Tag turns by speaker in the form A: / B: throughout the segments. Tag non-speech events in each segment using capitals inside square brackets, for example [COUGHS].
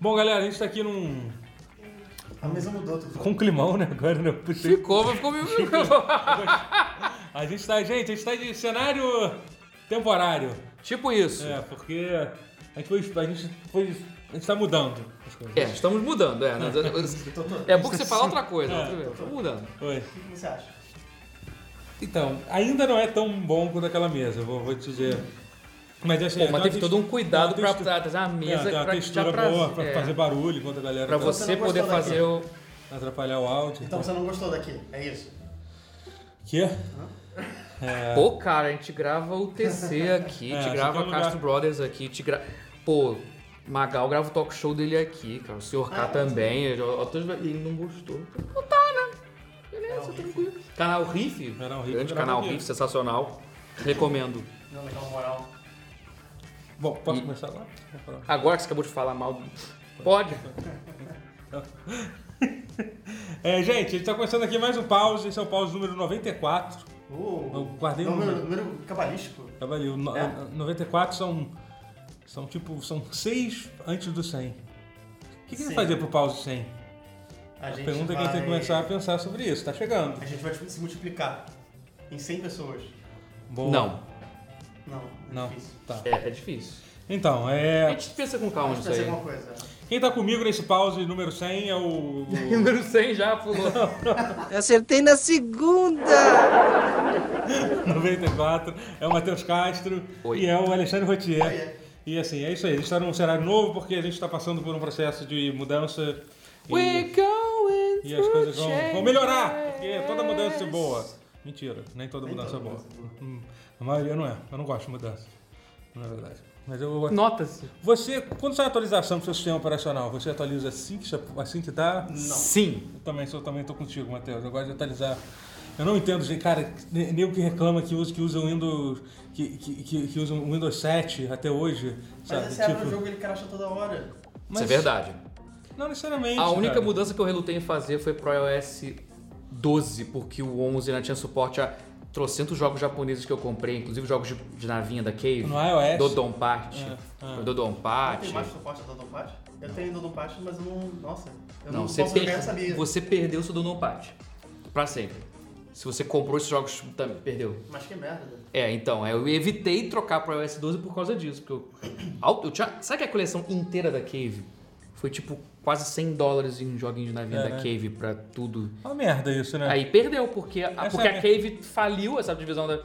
A: Bom, galera, a gente tá aqui num.
B: A mesa mudou tudo.
A: com climão, né? Agora, né? Puxei.
C: Ficou, mas ficou meio.
A: A gente tá, gente, a gente tá de cenário temporário.
C: tipo isso.
A: É, porque a gente foi. A gente, foi, a gente tá mudando as coisas. né?
C: É, estamos mudando, é. Nós-
B: Tô- tô-
C: É bom que você fala outra coisa,
A: É.
C: outra vez. Estamos mudando.
A: Oi.
B: O que você acha?
A: Então, ainda não é tão bom quanto aquela mesa, eu vou, vou te dizer. Mas, assim,
C: Pô,
A: tem uma
C: mas teve
A: tex-
C: todo um cuidado
A: tem uma
C: pra
A: textura-
C: trazer a
A: é,
C: mesa
A: tem uma
C: pra te
A: textura
C: dar prazer.
A: boa pra
C: é.
A: fazer barulho enquanto a galera
C: Pra
A: tá-
C: você
B: Então você não
C: poder
B: gostou daqui.
C: fazer o.
A: atrapalhar o áudio.
B: Então você não gostou daqui, é isso?
A: Que?
C: Pô, cara, a gente grava o TC
A: [LAUGHS]
C: aqui,
A: É,
C: te
A: acho
C: grava
A: que é um
C: Castro
A: lugar-
C: Brothers aqui, te grava. Pô, Magal grava o talk show dele aqui, cara. O senhor
A: Ah,
C: K também. eu- eu tô- Ele não gostou. Não tá, né? Beleza, tranquilo. Canal Riff,
A: Canal Riff,
C: grande
A: grava
C: canal
A: aqui.
C: Riff, sensacional. Recomendo.
B: Não, legal, moral.
A: Bom, posso começar agora? Vou falar.
C: Agora que você acabou de falar mal. do- Pode?
A: É, gente, a gente tá começando aqui mais um pause. Esse é o pause número 94.
B: Uh,
A: Eu guardei um
B: número, número cabalístico.
A: Tava ali. o Tá no-
B: É.
A: 94 são. São tipo. São seis antes do 100. O que, que vai
B: Sim.
A: fazer pro pause 100?
B: A,
A: A
B: gente
A: pergunta é que a
B: vai...
A: gente tem que começar a pensar sobre isso. Tá chegando.
B: A gente vai tipo, se multiplicar em 100 pessoas.
A: Boa.
C: Não.
B: Não, é
A: Não.
B: difícil.
A: Tá.
C: É, é difícil.
A: Então,
C: A
A: é.
C: gente pensa com calma
B: Mas
C: nisso
B: vai ser
C: [LAUGHS] aí.
B: alguma coisa.
A: Quem tá comigo nesse pause número 100 é o.
B: [LAUGHS]
A: o-
C: Número 100 já pulou.
D: Acertei na segunda!
A: 94 é o Matheus Castro
C: Oi.
A: e é o Alexandre Rotier.
B: Oi.
A: E assim, é isso aí. A gente está num cenário novo porque a gente está passando por um processo de mudança. [LAUGHS] E,
C: We're going
A: e as coisas vão,
C: through
A: vão melhorar,
C: changes.
A: porque toda mudança é boa. Mentira, nem toda
B: Então,
A: mudança é boa. Hum, A maioria não é. Eu não gosto de mudança, na verdade. Mas eu gosto.
C: Nota-se.
A: Você, quando sai a atualização do seu sistema operacional, você atualiza assim que, assim que dá?
C: Sim.
A: Eu também sou, também tô contigo, Matheus. Eu gosto de atualizar. Eu não entendo, gente, cara, ne- nego que reclama que usa, que usa o Windows. Que, que, que, que usa o Windows 7 até hoje. Sabe? Tipo,
B: Mas esse é abre o jogo ele cracha toda hora.
A: Mas-
C: Isso é verdade.
A: Não necessariamente.
C: A única
A: cara.
C: mudança que eu relutei em fazer foi pro iOS 12, porque o 11 não tinha suporte a trocentos jogos japoneses que eu comprei, inclusive jogos de, de navinha da Cave.
A: No iOS.
C: Dodon Party.
A: É, é.
C: Dodon
B: Não
C: Party.
B: tem mais suporte a Dodon Patch? Eu tenho Dodon Patch, mas eu não. Nossa, eu
C: Não,
B: não,
C: você,
B: posso
C: per-
B: jogar, eu sabia.
C: você perdeu seu Dodon Party. Pra sempre. Se você comprou esses jogos, também perdeu.
B: Mas que merda.
C: É, então, eu evitei trocar pro iOS 12 por causa disso, porque eu, [CLEARS THROAT] Au- eu tinha, sabe que a coleção inteira da Cave foi tipo quase 100 dólares em joguinhos de navinha
A: É, né?
C: da Cave pra tudo.
A: Uma merda isso, né?
C: Aí perdeu porque a,
A: Essa
C: porque
A: é
C: a
A: a
C: Cave faliu essa divisão da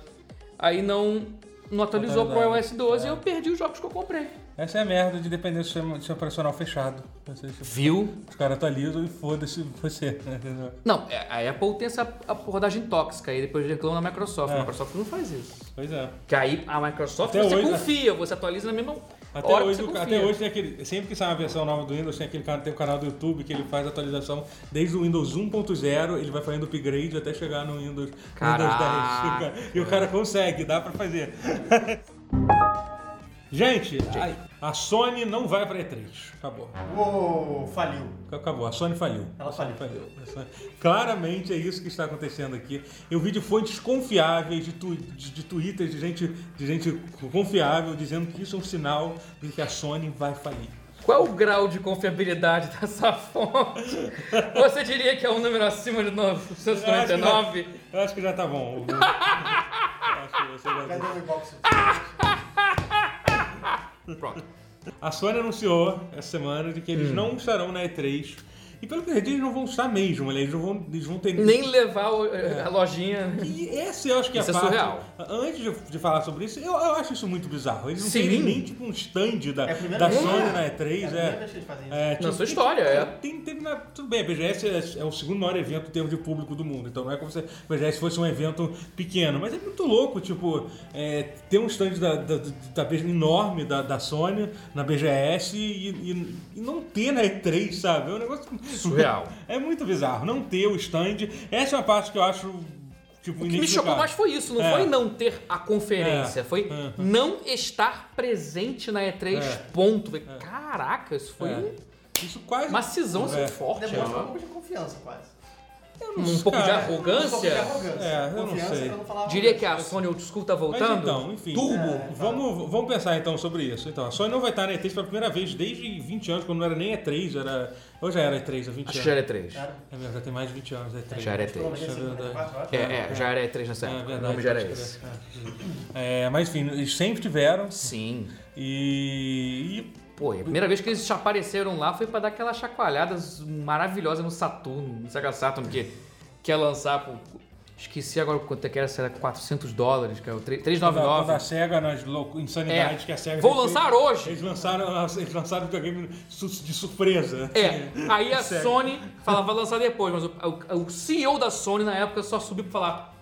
C: aí não não atualizou pro
A: Atualizaram.
C: iOS 12 e eu perdi os jogos que eu comprei.
A: Essa é a merda de depender do sistema, do sistema operacional fechado. Você- tipo,
C: Viu?
A: Os caras atualizam e foda-se você. né? Entendeu?
C: Não, é- a Apple tem essa abordagem tóxica aí depois reclama na Microsoft. A
A: É.
C: Microsoft não faz isso.
A: Pois é.
C: Que aí a Microsoft
A: Até
C: você
A: hoje, né?
C: confia, você atualiza na mesma
A: Até
C: hora
A: hoje,
C: que você
A: até
C: confia.
A: hoje tem aquele. Sempre que sai uma versão nova do Windows, tem aquele cara, tem o canal do YouTube que ele faz atualização desde o Windows 1.0, ele vai fazendo upgrade até chegar no Windows,
C: Caraca.
A: Windows 10. E [LAUGHS] o cara consegue, dá pra fazer. [LAUGHS] Gente, a, a Sony não vai pra E3. Acabou.
B: Uou, faliu.
A: Acabou, a Sony faliu.
B: Ela
A: A Sony
B: faliu.
A: A Sony- Claramente é isso que está acontecendo aqui. Eu vi de fontes confiáveis, de, tu, de, de Twitter, de gente, de gente confiável, dizendo que isso é um sinal de que a Sony vai falir.
C: Qual é o grau de confiabilidade [LAUGHS] dessa fonte? Você diria que é um número acima de 999?
A: Eu acho que já tá bom. Eu acho que você já
B: Cadê
A: tá-
B: o inbox?
C: Pronto.
A: A Sony anunciou essa semana de que eles não estarão na E3. E pelo que eu entendi, eles não vão estar mesmo, né? eles não vão, eles vão ter
C: Nem levar o- eh, a lojinha.
A: E essa eu acho que
C: Isso
A: é
C: é
A: a parte.
C: surreal.
A: Antes de, de falar sobre isso, eu, eu acho isso muito bizarro. Eles não
C: Sim.
A: têm nem tipo um stand da,
B: É a primeira
A: da
B: vez.
A: Sony na
B: É a
A: E3.
B: primeira
A: É,
B: vez que eles fazem isso.
A: é, tipo,
C: sua história, é.
A: Tem, teve na- tudo bem, a BGS é, é o segundo maior evento em termos de público do mundo. Então não é como se a BGS fosse um evento pequeno. Mas é muito louco, tipo, é, ter um stand da, da, da- da- enorme da, da Sony na BGS e, e- e não ter na E3, sabe? É um negócio
C: Surreal.
A: É muito bizarro. Não ter o stand. Essa é uma parte que eu acho. Tipo,
C: O que me chocou mais foi isso, não
A: É.
C: foi não ter a conferência,
A: É.
C: foi
A: Uhum.
C: não estar presente na E3,
A: É.
C: ponto. Falei, Caraca, isso foi
A: É.
C: um-
A: Isso quase.
C: uma cisão assim,
A: É.
C: forte.
B: Demonstra um
C: né?
B: pouco de confiança, quase.
A: Eu não
C: Um
A: sei,
C: pouco de
A: cara.
B: Um pouco de
C: arrogância.
B: arrogância.
A: É, eu não
B: Confiança
A: sei.
B: que eu não falava
C: Diria que a
B: muito.
C: Sony Old School tá
A: Mas
C: voltando.
A: então, enfim.
C: Turbo.
A: Vamos, vamos pensar então sobre isso. Então, a Sony não vai estar na E3 pela primeira vez desde 20 anos, quando não era nem E3, era. Ou já era E3 há 20
C: Acho
A: anos?
C: que já era 3.
B: Cara,
A: É mesmo, já tem mais de 20 anos, E3.
C: Já era E3.
A: Isso é verdade.
C: É, é, já era 3 nessa
A: É
C: época.
A: verdade,
C: o nome já era
A: pode crer.
C: esse.
A: É, mas enfim, eles sempre tiveram.
C: Sim.
A: E.
C: Pô, e a primeira vez que eles apareceram lá foi pra dar aquela chacoalhada maravilhosa no Saturno, no Sega Saturn, que quer lançar por... Esqueci agora quanto é que era, se era 400 dólares, que era o tre-
A: Quando a- quando a
C: 399.
A: SEGA nas louco- insanidades
C: É.
A: que a SEGA.
C: Vou
A: fez,
C: lançar hoje!
A: Eles lançaram, eles lançaram o videogame su- de surpresa.
C: É, aí a
A: Sério.
C: Sony falava, vai lançar depois, mas o, o- o CEO da Sony na época só subiu pra falar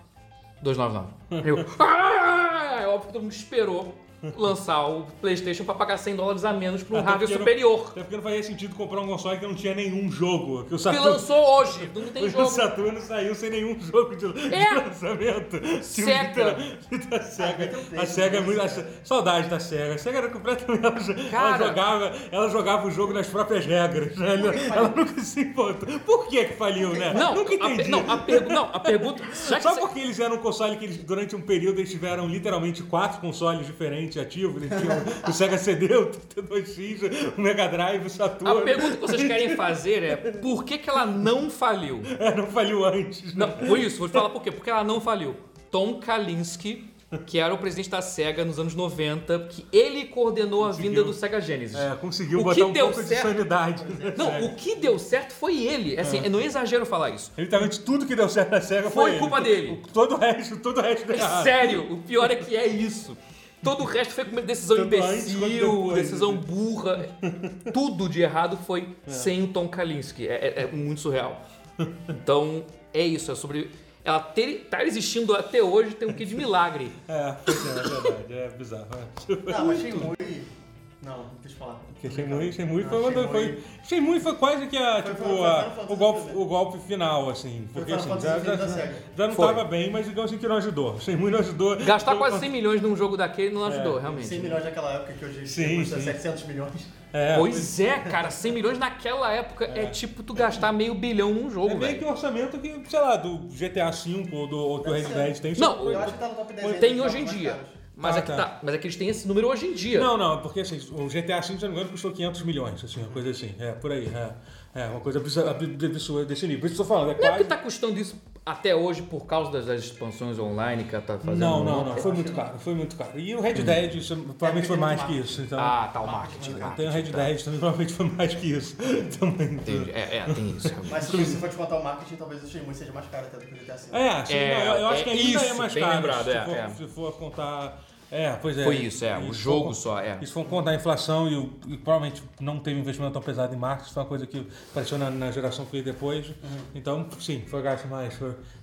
C: 299. Eu, [LAUGHS] "Ah!" é óbvio que todo mundo esperou lançar o PlayStation pra pagar 100 dólares a menos pra um
A: Até
C: hardware
A: porque não-
C: superior.
A: Até porque não fazia sentido comprar um console que não tinha nenhum jogo. Que o
C: Que
A: Saturno,
C: lançou hoje, [LAUGHS] não
A: [LAUGHS]
C: tem
A: o
C: jogo.
A: Saturno saiu sem nenhum jogo de, de
C: É.
A: lançamento.
C: Sega.
A: Tipo, da SEGA.
B: tem
A: A
B: um
A: SEGA é
B: tempo,
A: muito. a
B: né?
A: Se- Saudade da SEGA. A SEGA era completamente. Ela, ela
C: Cara.
A: jogava, ela jogava o jogo nas próprias regras. né? Ela, ela nunca se importou. Por que que faliu, né?
C: Não,
A: nunca
C: a,
A: entendi.
C: per- não, a pergu- não, a pergunta. Já que
A: Só
C: cê-
A: porque eles eram um console que eles, durante um período eles tiveram literalmente quatro consoles diferentes ativos. Eles tinham o Sega CD, o 32X, o Mega Drive, o Saturn.
C: a pergunta que vocês querem fazer é por que, que ela não faliu?
A: É, [LAUGHS] não faliu antes.
C: Não, por isso, vou te falar por quê. Porque ela não faliu. Tom Kalinske, que era o presidente da SEGA nos anos 90, que ele coordenou a vinda do SEGA Genesis.
A: É, conseguiu
C: O que
A: botar um
C: deu
A: pouco de
C: certo-
A: sanidade. [LAUGHS]
C: Não, o que deu certo foi ele. Assim,
A: É.
C: eu não exagero falar isso.
A: Literalmente tudo que deu certo na SEGA foi,
C: Foi
A: ele.
C: culpa dele.
A: O- Todo o resto, todo o resto deu
C: É
A: errado.
C: sério, o pior é que é isso. Todo o resto foi com decisão
A: Tanto antes quanto
C: imbecil,
A: depois. né?
C: decisão burra. Tudo de errado foi sem o Tom Kalinske. É, é- é muito surreal. Então, é isso. É sobre. Ela ter, tá existindo até hoje tem um quê de milagre.
A: É, pois é, é verdade. É bizarro. é.
B: Não, mas Shenmue... Não, deixa eu falar.
A: Porque Shenmue, Shenmue foi,
B: Não,
A: uma do-
B: Shenmue-
A: foi, Shenmue foi quase que a,
B: Foi-
A: tipo,
B: foi- foi
A: a-
B: Final Fantasy
A: o, golpe,
B: também.
A: o golpe final, assim. Porque
B: Final
A: assim,
B: Fantasy
A: já, já,
B: da
A: já,
B: SEGA.
A: não
C: Foi.
A: tava bem, mas digamos assim que não ajudou. [LAUGHS] Shenmue não ajudou.
C: Gastar
A: Então,
C: quase 100 milhões num jogo daquele
A: É,
C: não ajudou,
B: 100
C: realmente.
B: milhões naquela época que hoje
A: Sim,
B: custa
A: sim.
B: 700 milhões.
A: É,
C: Pois é, cara, 100 milhões naquela época é, tipo tu gastar meio bilhão num
A: é
C: jogo,
A: meio que
C: velho.
A: o orçamento que, sei lá, do GTA V ou do, ou do Red Dead tem.
C: Não,
B: Eu acho que tá no top 10
C: Tem
B: ainda,
C: hoje em
B: mais
C: dia.
B: caros.
C: Mas
A: Ah,
C: é que
A: um- tá.
C: tá. Mas é que eles têm esse número hoje em dia.
A: Não, não, porque assim, o GTA V, se não me engano, custou 500 milhões, assim, uma coisa assim. É, por aí. É, é uma coisa absurda, absurda desse nível. Por isso que eu tô falando, é
C: Não é
A: quase...
C: porque tá custando isso até hoje por causa das, das expansões online que ela tá fazendo.
A: Não, não, não, foi muito caro, foi muito caro. E o Red Dead, isso, provavelmente foi mais que isso. Então,
C: Ah, tá, o marketing. cara.
A: tem o Red Dead também, provavelmente foi mais que isso. [LAUGHS] Também.
C: Entendi. É, é, tem isso. realmente.
B: Mas se você for descontar o marketing, talvez o Shenmue seja mais caro até do que o GTA V.
A: É, assim,
C: É,
A: não, eu, eu acho que
C: é
A: ainda é
C: isso,
A: mais
C: bem
A: caro.
C: lembrado,
A: se,
C: é,
A: for,
C: é.
A: se for contar. É, pois é.
C: Foi isso, é, o
A: E se
C: jogo
A: for-
C: só, é.
A: E se for contar a um inflação e, o- e provavelmente não teve investimento tão pesado em marketing, foi uma coisa que apareceu na, na geração que veio depois. Então, sim, foi gasto mais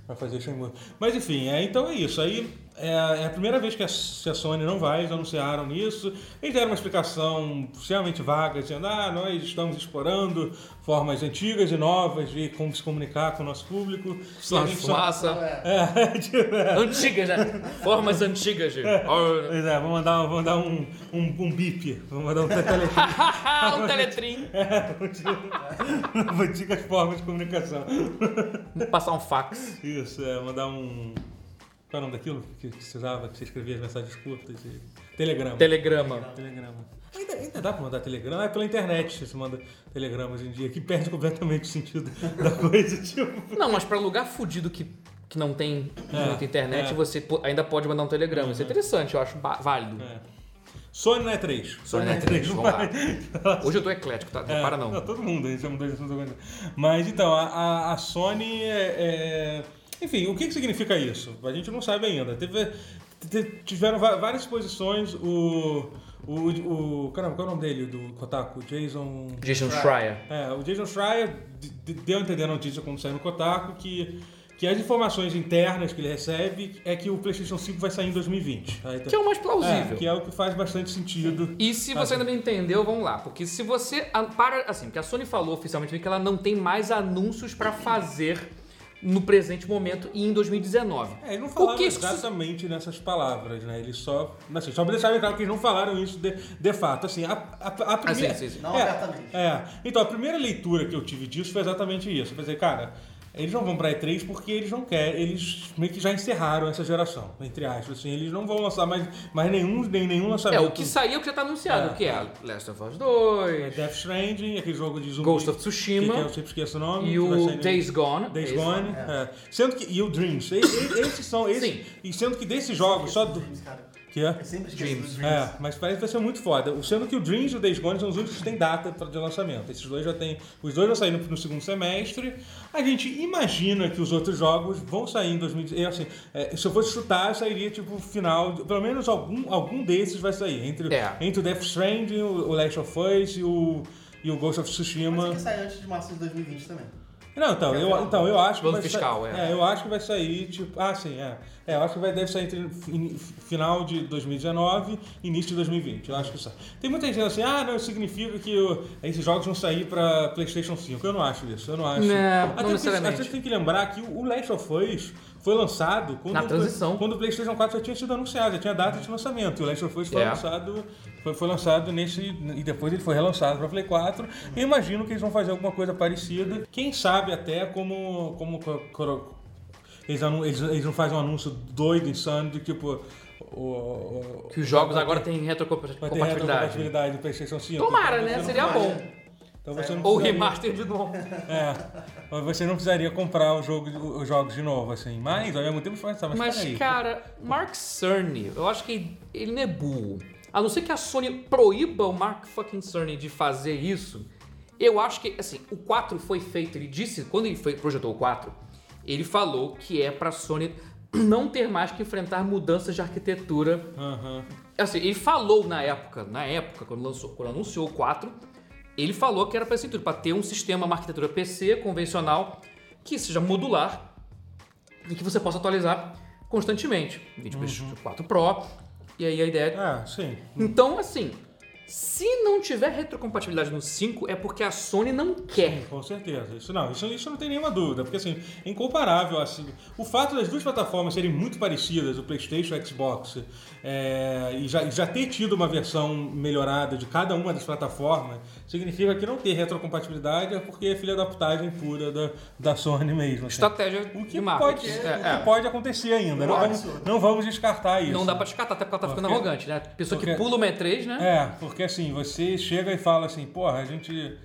A: para fazer Shenmue. Mas enfim, é, então é isso. Aí é, é a primeira vez que a, que a Sony não vai, eles anunciaram isso. Eles deram uma explicação extremamente vaga, dizendo, ah, nós estamos explorando formas antigas e novas de como se comunicar com o nosso público. E a
C: Sinal de
A: gente só-
B: Então,
C: fumaça.
A: é, tipo, é.
C: Antigas, né? Formas antigas de. Ah,
A: Pois é, vamos mandar, vamos mandar um, um, um bip, vamos mandar um teletele.
C: um teletrim.
A: [LAUGHS] Antigas formas de comunicação.
C: Passar um fax.
A: Isso, é, mandar um. Qual é o nome daquilo que que precisava, que você escrevia as mensagens curtas? E... Telegrama.
C: Telegrama.
A: Telegrama. Ainda, ainda dá pra mandar telegrama? É pela internet você manda telegrama hoje em dia, que perde completamente o sentido da coisa. Tipo,
C: Não, mas pra lugar fudido que, que não tem
A: É,
C: muita internet,
A: é. Uhum.
C: você po- ainda pode mandar um telegrama. Isso é interessante, eu acho ba- válido.
A: é. Sony é na E3.
C: Sony na E3, vamos lá. Hoje eu tô eclético, tá? Não para não.
A: É, todo mundo, a gente já mudou de assunto agora. Mas então, a, a- a Sony é, é- Enfim, o que, que significa isso? A gente não sabe ainda. Teve- te- tiveram va- várias exposições, o. O. o caramba, qual é o nome dele? Do Kotaku? Jason.
C: Jason Schreier.
A: É, o Jason Schreier de- de- deu a entender a notícia quando saiu no Kotaku que, que as informações internas que ele recebe é que o PlayStation 5 vai sair em 2020. Aí,
C: Que é o mais
A: é,
C: plausível.
A: que é o que faz bastante sentido.
C: E se você ainda não entendeu, vamos lá. Porque se você. a- Para, assim, porque a Sony falou oficialmente que ela não tem mais anúncios pra fazer no presente momento e em 2019.
A: É, eles não
C: O
A: falaram
C: que isso-
A: exatamente nessas palavras, né? Eles só. Assim, só pra deixar bem claro que eles não falaram isso de, de fato. Assim, a, a, a primeira.
C: Ah, sim, sim, sim.
B: Não
A: é,
B: abertamente.
A: é. Então, a primeira leitura que eu tive disso foi exatamente isso. Quer dizer, cara. Eles não vão pra E3 porque eles não querem, eles meio que já encerraram essa geração, entre aspas. Assim, eles não vão lançar mais, mais nenhum, nem nenhum
C: É,
A: lançamento.
C: o que saiu que já tá anunciado, que é Last of Us 2,
A: É Death Stranding, aquele jogo de zumbi.
C: Ghost of
A: que, que
C: Tsushima
A: eu sempre esqueço o nome.
C: e
A: que vai sair
C: o
A: no-
C: Days Gone.
A: Days
C: Esse-
A: Gone, é. Sendo que, e o Dreams. E- e- Esses são.
C: Sim.
A: Esses, e sendo que desses jogos, só. Do,
B: Dreams, cara.
A: que é?
B: Eu sempre esqueço
C: Dreams.
B: do Dreams.
A: É, mas parece que vai ser muito foda. O- Sendo que o Dreams e o Days Gone são os únicos que têm data pra- de lançamento. Esses dois já tem. Os dois vão sair no, no segundo semestre. A gente imagina que os outros jogos vão sair em 2018. Eu, Assim, é, se eu fosse chutar, eu sairia tipo final. Pelo menos algum, algum desses vai sair. Entre,
C: É.
A: entre o Death Stranding, o, o Last of Us e o, e o Ghost of
B: Mas
A: Tsushima.
B: tem que sair antes de março de 2020 também.
A: Não, então, eu, então, eu acho que
C: Plano
A: vai
C: fiscal,
A: sair,
C: é.
A: Eu acho que vai sair, tipo... Ah, sim, é. É, eu acho que vai, deve sair entre fin- final de 2019 e início de 2020. Eu acho que sai. Tem muita gente dizendo assim, ah, não, isso significa que o- esses jogos vão sair pra Playstation 5. Eu não acho isso, eu não acho.
C: Não, não
A: até porque-
C: necessariamente.
A: até tem que lembrar que o Last of Us foi lançado... Quando
C: Na
A: o-
C: transição.
A: Quando o Playstation 4 já tinha sido anunciado, já tinha data de lançamento. E o Last of Us foi
C: É.
A: lançado... Foi, foi lançado nesse. E depois ele foi relançado para Play 4. Eu imagino que eles vão fazer alguma coisa parecida. Quem sabe até como. como co- coro- eles, anu- eles- eles não fazem um anúncio doido, insano, de tipo. o- o- o-
C: Que os jogos agora têm
A: vai ter
C: retrocompatibilidade.
A: retrocompatibilidade do PlayStation 5.
C: Tomara,
A: Então
C: né?
A: você
C: Seria
A: não-
C: bom.
A: Então você não
C: Ou
A: precisaria-
C: remaster de novo.
A: É, você não precisaria comprar o jogo, os jogos de novo, assim. Mas, ao mesmo tempo, você fala, tá, mas,
C: Mas,
A: peraí,
C: cara, Mark Cerny, eu acho que ele não é burro. A não ser que a Sony proíba o Mark fucking Cerny de fazer isso, eu acho que, assim, o 4 foi feito, ele disse, quando ele foi, projetou o 4, ele falou que é pra Sony não ter mais que enfrentar mudanças de arquitetura
A: Aham.
C: Assim, ele falou na época, na época, quando lançou, quando anunciou o 4, ele falou que era para isso tudo, para ter um sistema, uma arquitetura PC convencional que seja modular e que você possa atualizar constantemente. Vídeo
A: Uhum.
C: PlayStation 4 Pro, e aí a ideia é
A: Ah, sim.
C: então, assim, se não tiver retrocompatibilidade no 5, é porque a Sony não quer.
A: Com certeza. Isso não, isso, isso não tem nenhuma dúvida, porque assim, é incomparável assim. O fato das duas plataformas serem muito parecidas, o PlayStation e o Xbox, é, e já, e já ter tido uma versão melhorada de cada uma das plataformas, significa que não ter retrocompatibilidade é porque é filha da putagem pura da, da Sony mesmo. assim.
C: Estratégia
A: O que,
C: de marketing.
A: pode,
C: É,
A: o que
C: é.
A: pode acontecer ainda, não vamos, não vamos descartar isso.
C: Não dá pra descartar, até porque ela tá ficando
A: Porque-
C: arrogante, né? Pessoa que
A: porque-
C: pula uma E3, né?
A: É, porque assim, você chega e fala assim, porra, a gente.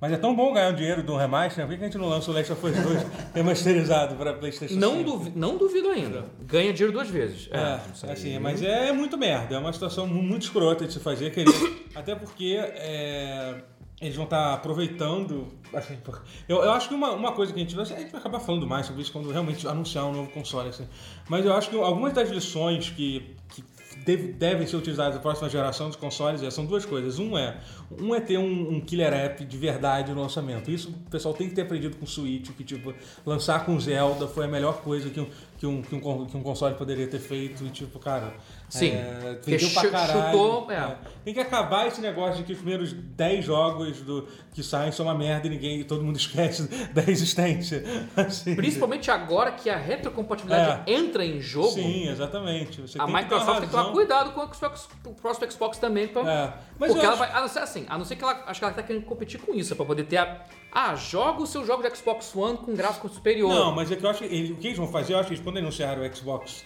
A: Mas é tão bom ganhar um dinheiro de um remaster, por que que a gente não lança o Last of Us 2 remasterizado para PlayStation
C: Não,
A: 5?
C: duvi- não duvido ainda. Ganha dinheiro duas vezes. É, isso
A: É,
C: aí.
A: assim, mas é muito merda, é uma situação mu- muito escrota de se fazer, querido. [COUGHS] Até porque é, eles vão estar aproveitando. assim, por- eu, eu acho que uma, uma coisa que a gente, a gente vai acabar falando mais sobre isso quando realmente anunciar um novo console. Assim. Mas eu acho que algumas das lições que, que deve- devem ser utilizadas na próxima geração de consoles é, são duas coisas. Um é, um é ter um, um killer app de verdade no lançamento. Isso o pessoal tem que ter aprendido com o Switch, que tipo, lançar com Zelda foi a melhor coisa que um, que um, que um, con- que um console poderia ter feito. E tipo, cara,
C: Sim.
A: é,
C: Porque
A: vendeu pra
C: chu-
A: caralho.
C: chutou, é.
A: Tem que acabar esse negócio de que os primeiros 10 jogos do, que saem são uma merda e ninguém, todo mundo [LAUGHS] esquece da existência. Assim,
C: Principalmente agora que a retrocompatibilidade entra em um jogo,
A: É. Sim, exatamente. Você
C: a
A: tem que ter uma
C: Microsoft tem que tomar
A: razão.
C: cuidado com o Xbox- com o próximo Xbox também. Pra,
A: É, mas eu
C: porque ela
A: acho-
C: vai. A não ser assim, a não ser que ela. Acho que ela tá querendo competir com isso, pra poder ter a. Ah, joga o seu jogo de Xbox One com gráfico superior.
A: Não, mas é que eu acho que ele- o que eles vão fazer, eu acho que eles, quando anunciaram o Xbox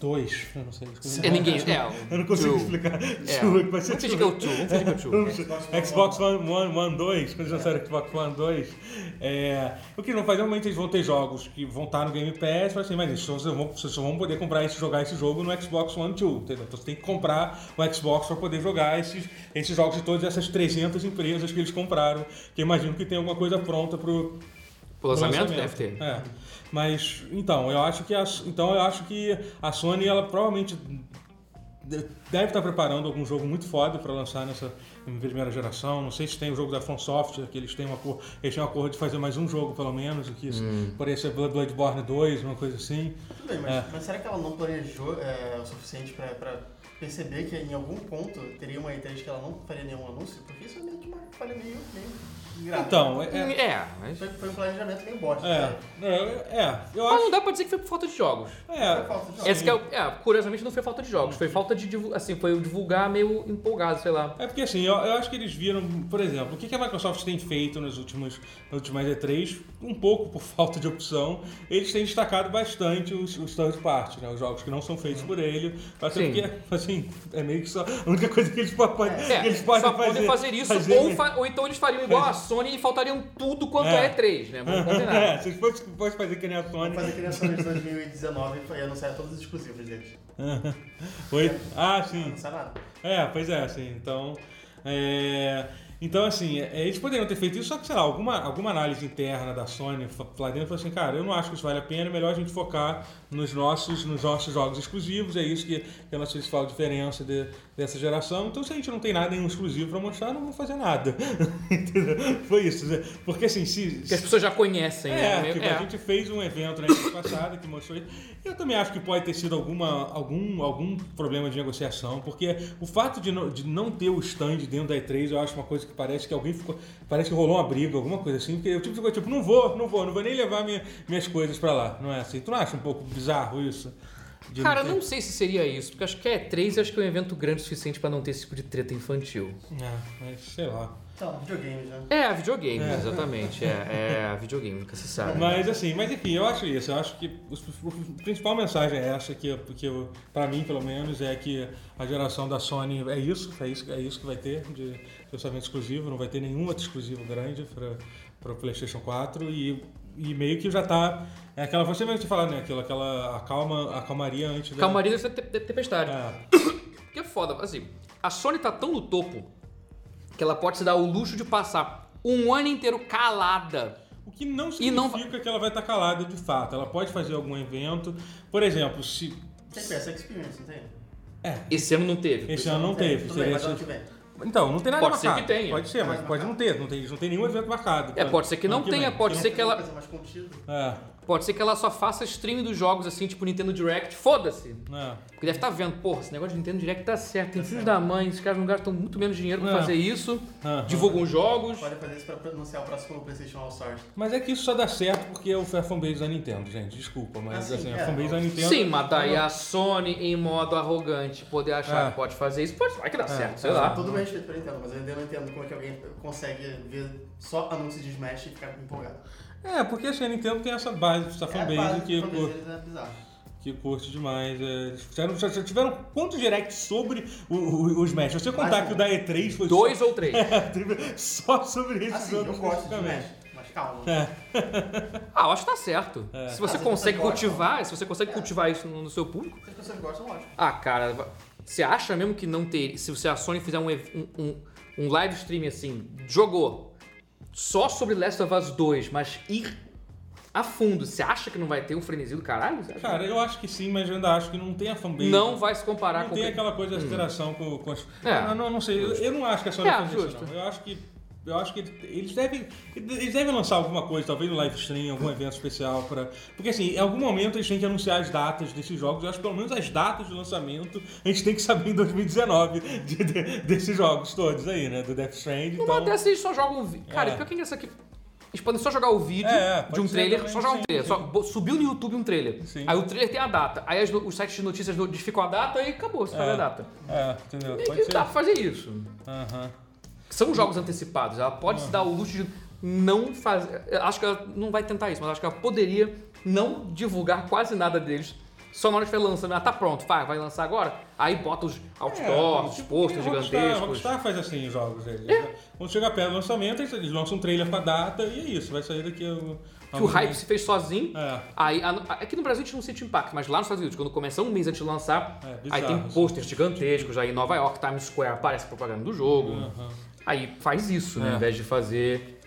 A: 2, eu não sei.
C: É ninguém. É,
A: Eu não consigo
C: two.
A: explicar.
C: É.
A: Desculpa, vai ser
C: Um physical two, um physical
A: [LAUGHS]
C: two.
A: Xbox One, One, One 2, quando eles lançaram o Xbox One 2, é, o que eles vão fazer, realmente eles vão ter jogos que vão estar no Game Pass, mas, assim, mas eles só vão, vocês só vão poder comprar esse, jogar esse jogo no Xbox One 2, entendeu? Então você tem que comprar o Xbox para poder jogar esses, esses jogos de todas essas 300 empresas que eles compraram, que eu imagino que tem alguma coisa pronta pro,
C: O lançamento deve ter.
A: é. Mas então, eu acho que a, então eu acho que a Sony ela provavelmente de- deve estar preparando algum jogo muito foda para lançar nessa primeira geração. Não sei se tem o jogo da From Software, que eles têm uma cor, eles têm um acordo de fazer mais um jogo pelo menos, o que isso
C: Hum.
A: poderia ser Blood- Bloodborne 2, uma coisa assim.
B: Tudo bem, mas, mas será que ela não planejou é, o é, suficiente pra, pra perceber que em algum ponto teria uma E3 que ela não faria nenhum anúncio, porque isso é meio que uma falha meio, meio grave.
A: Então, é. é-
C: É, mas.
B: Foi, foi um planejamento meio bosta.
A: É,
B: né?
A: é, é, eu
C: Mas não
A: acho.
C: dá pra dizer que foi por falta de jogos.
B: Foi
A: É,
B: falta de
C: Esse que é, o- é, curiosamente não foi falta de jogos, foi falta de divulgar, assim, foi eu divulgar meio empolgado, sei lá.
A: é porque assim, eu, eu acho que eles viram, por exemplo, o que que a Microsoft tem feito nos últimos, nas últimas E3, um pouco por [LAUGHS] falta de opção, eles têm destacado bastante os, os third party, né? Os jogos que não são feitos por ele, até
C: Sim.
A: porque, assim, é meio que só a única coisa que eles, po- pode, que
C: É,
A: eles podem
C: só
A: fazer.
C: podem fazer isso,
A: [LAUGHS]
C: ou, fa- ou então eles fariam igual a Sony e faltariam tudo quanto
A: É.
C: é E3,
A: [LAUGHS]
C: né? Vamos combinar.
A: É, se fosse, fosse fazer que nem a Sony.
B: Vamos fazer criação de 2019 e anunciar todos os exclusivos deles.
A: Hum. Oi? Ah, sim.
B: Não sai nada.
A: É, pois é, assim, então. é, Então, assim, é, eles poderiam ter feito isso, só que, sei lá, alguma, alguma análise interna da Sony fa- lá dentro falou assim, cara, eu não acho que isso vale a pena, é melhor a gente focar nos nossos, nos nossos jogos exclusivos, é isso que, que é a nossa principal diferença de- dessa geração. Então, se a gente não tem nada em um exclusivo pra mostrar, não vamos fazer nada. [LAUGHS] Entendeu? Foi isso. né? Porque assim, se.
C: Que as
A: se-
C: pessoas já conhecem,
A: é,
C: né?
A: tipo,
C: É.
A: a gente fez um evento na né, passada que mostrou isso. Eu também acho que pode ter sido alguma, algum, algum problema de negociação, porque o fato de não, de não ter o stand dentro da E3, eu acho uma coisa que parece que alguém ficou. Parece que rolou uma briga, alguma coisa assim, porque eu tipo, ficou tipo, não vou, não vou, não vou nem levar minha- minhas coisas pra lá. Não é assim? Tu não acha um pouco bizarro isso? De
C: Cara,
A: ter-
C: não sei se seria isso, porque acho que a E3 acho que é um evento grande o suficiente pra não ter esse tipo de treta infantil.
A: É, mas sei lá.
B: Então, videogames, né?
C: É, videogame, exatamente. É, é videogame, nunca se sabe.
A: Mas assim, mas enfim, eu acho isso. Eu acho que os- o- a principal mensagem é essa, que, que eu- pra mim, pelo menos, é que a geração da Sony é isso, é isso, é isso que vai ter de lançamento exclusivo, não vai ter nenhum outro exclusivo grande pra, pra Playstation 4 e, e meio que já tá. É aquela. Você mesmo te falar, né? Aquilo, aquela a calma, a calmaria antes da.
C: Calmaria deve ser te- te- tempestade.
A: É,
C: Porque é foda, assim, a Sony tá tão no topo que ela pode se dar o luxo de passar um ano inteiro calada.
A: o que não
C: E não-
A: significa que ela vai estar calada de fato. Ela pode fazer algum evento. Por exemplo, se.
B: Tem PS Experience, não tem?
C: Esse ano não teve.
A: Esse ano não
B: Tem,
A: teve.
B: Tudo bem,
A: seria
B: mas ano
A: esse-
B: que vem.
A: Então, não tem nada
C: Pode ser
A: marcado.
C: que tenha.
A: Pode ser, mas
B: Nada
A: pode não ter. Não tem, não tem nenhum evento marcado.
C: É, pode ser que
A: Ano
C: não tenha,
A: vem.
C: pode ser que ela.
B: Coisa mais contida.
A: É,
C: Pode ser que ela só faça stream dos jogos, assim, tipo Nintendo Direct. Foda-se!
A: é.
C: Porque deve estar vendo, porra, esse negócio de Nintendo Direct tá certo. Tem filhos da mãe, esses caras não gastam muito menos dinheiro pra
A: É.
C: fazer isso.
A: Aham.
C: Divulgam os jogos.
B: Pode fazer isso pra anunciar o próximo PlayStation All Stars.
A: Mas é que isso só dá certo porque eu fui a fanbase da Nintendo, gente. Desculpa, mas
B: Assim,
A: assim, a
B: é.
A: fanbase da Nintendo...
C: Sim, mas daí a Sony, em modo arrogante, poder achar
A: É.
C: que pode fazer isso, pode, vai que dá certo, sei
A: é.
C: lá.
B: Todo meu respeito pra Nintendo, mas eu ainda não entendo como é que alguém consegue ver só anúncio de Smash e ficar empolgado.
A: É, porque assim, a Nintendo tem essa base, essa
B: é, a
A: fanbase
B: base
A: que,
B: do
A: pô,
B: fanbase deles é bizarro.
A: que curte demais. é. Eles fizeram- já, já tiveram quantos directs sobre o, o, o Smash? Se você contar
B: Ah,
A: que o da E3 foi
C: Dois ou três.
A: [LAUGHS] só, só sobre esses
B: Assim, eu
A: jogos
B: gosto de
A: especificamente.
B: Smash, mas calma.
C: É. Ah, eu acho que tá certo.
A: É.
C: Se você
B: Mas as
C: consegue
B: pessoas gostam.
C: cultivar, se você consegue cultivar isso no no seu público.
B: Se as pessoas gostam, ótimo.
C: Ah, cara, va- você acha mesmo que não ter. Se você a Sony fizer um, ev- um, um, um live stream assim, jogou só sobre Last of Us 2, mas ir a fundo, você acha que não vai ter um frenesi do caralho? Você acha?
A: Cara, eu acho que sim, mas eu ainda acho que não tem a fanbase.
C: não vai se comparar
A: Não
C: com
A: tem
C: o que- Hum.
A: aquela coisa da interação com, com as.
C: É.
A: Eu não, não sei, eu, eu não acho que a Sony
C: É,
A: faz isso,
C: justo.
A: não. Eu acho que. Eu acho que eles devem, eles devem lançar alguma coisa, talvez no live stream,
C: Hum.
A: algum evento especial para, porque assim, em algum momento eles têm que anunciar as datas desses jogos. Eu acho que pelo menos as datas de lançamento a gente tem que saber em 2019 de- de- desses jogos todos aí, né, do Death Stranding.
C: Numa
A: Então,
C: dessas eles só jogam um vídeo. Cara,
A: É.
C: e pior que é engraçado que eles podem só jogar o vídeo
A: É, é, pode
C: de um
A: ser
C: trailer,
A: também,
C: só jogar um
A: sim,
C: trailer.
A: sim.
C: Só bo- subiu no YouTube um trailer.
A: Sim.
C: Aí o trailer tem a data. Aí as no- os sites de notícias notificam a data e acabou, você faz a data.
A: é, entendeu?
C: E
A: Pode
C: que tá.
A: ser.
C: dá pra fazer isso.
A: Aham.
C: São jogos antecipados, ela pode
A: É.
C: se dar o luxo de não fazer. eu Acho que ela não vai tentar isso, mas acho que ela poderia não divulgar quase nada deles. Só na hora que vai lançando, ela tá pronto, vai, vai lançar agora. Aí bota os outdoors, os
A: É, tipo,
C: posters
A: a Rockstar- A
C: gigantescos. É.
A: Rockstar faz assim os jogos deles. né? Quando chega perto do lançamento, eles- eles lançam um trailer pra data e é isso, vai sair daqui a. um,
C: Que o hype se fez sozinho.
A: É.
C: Aí, a- a- aqui no Brasil a gente não sente o impacto, mas lá nos Estados Unidos, quando começa um mês antes de lançar,
A: É,
C: aí
A: bizarro,
C: tem
A: assim.
C: posters gigantescos, aí em Nova York, Times Square, aparece a propaganda do jogo. Aí faz isso, né?
A: É.
C: Ao invés de fazer.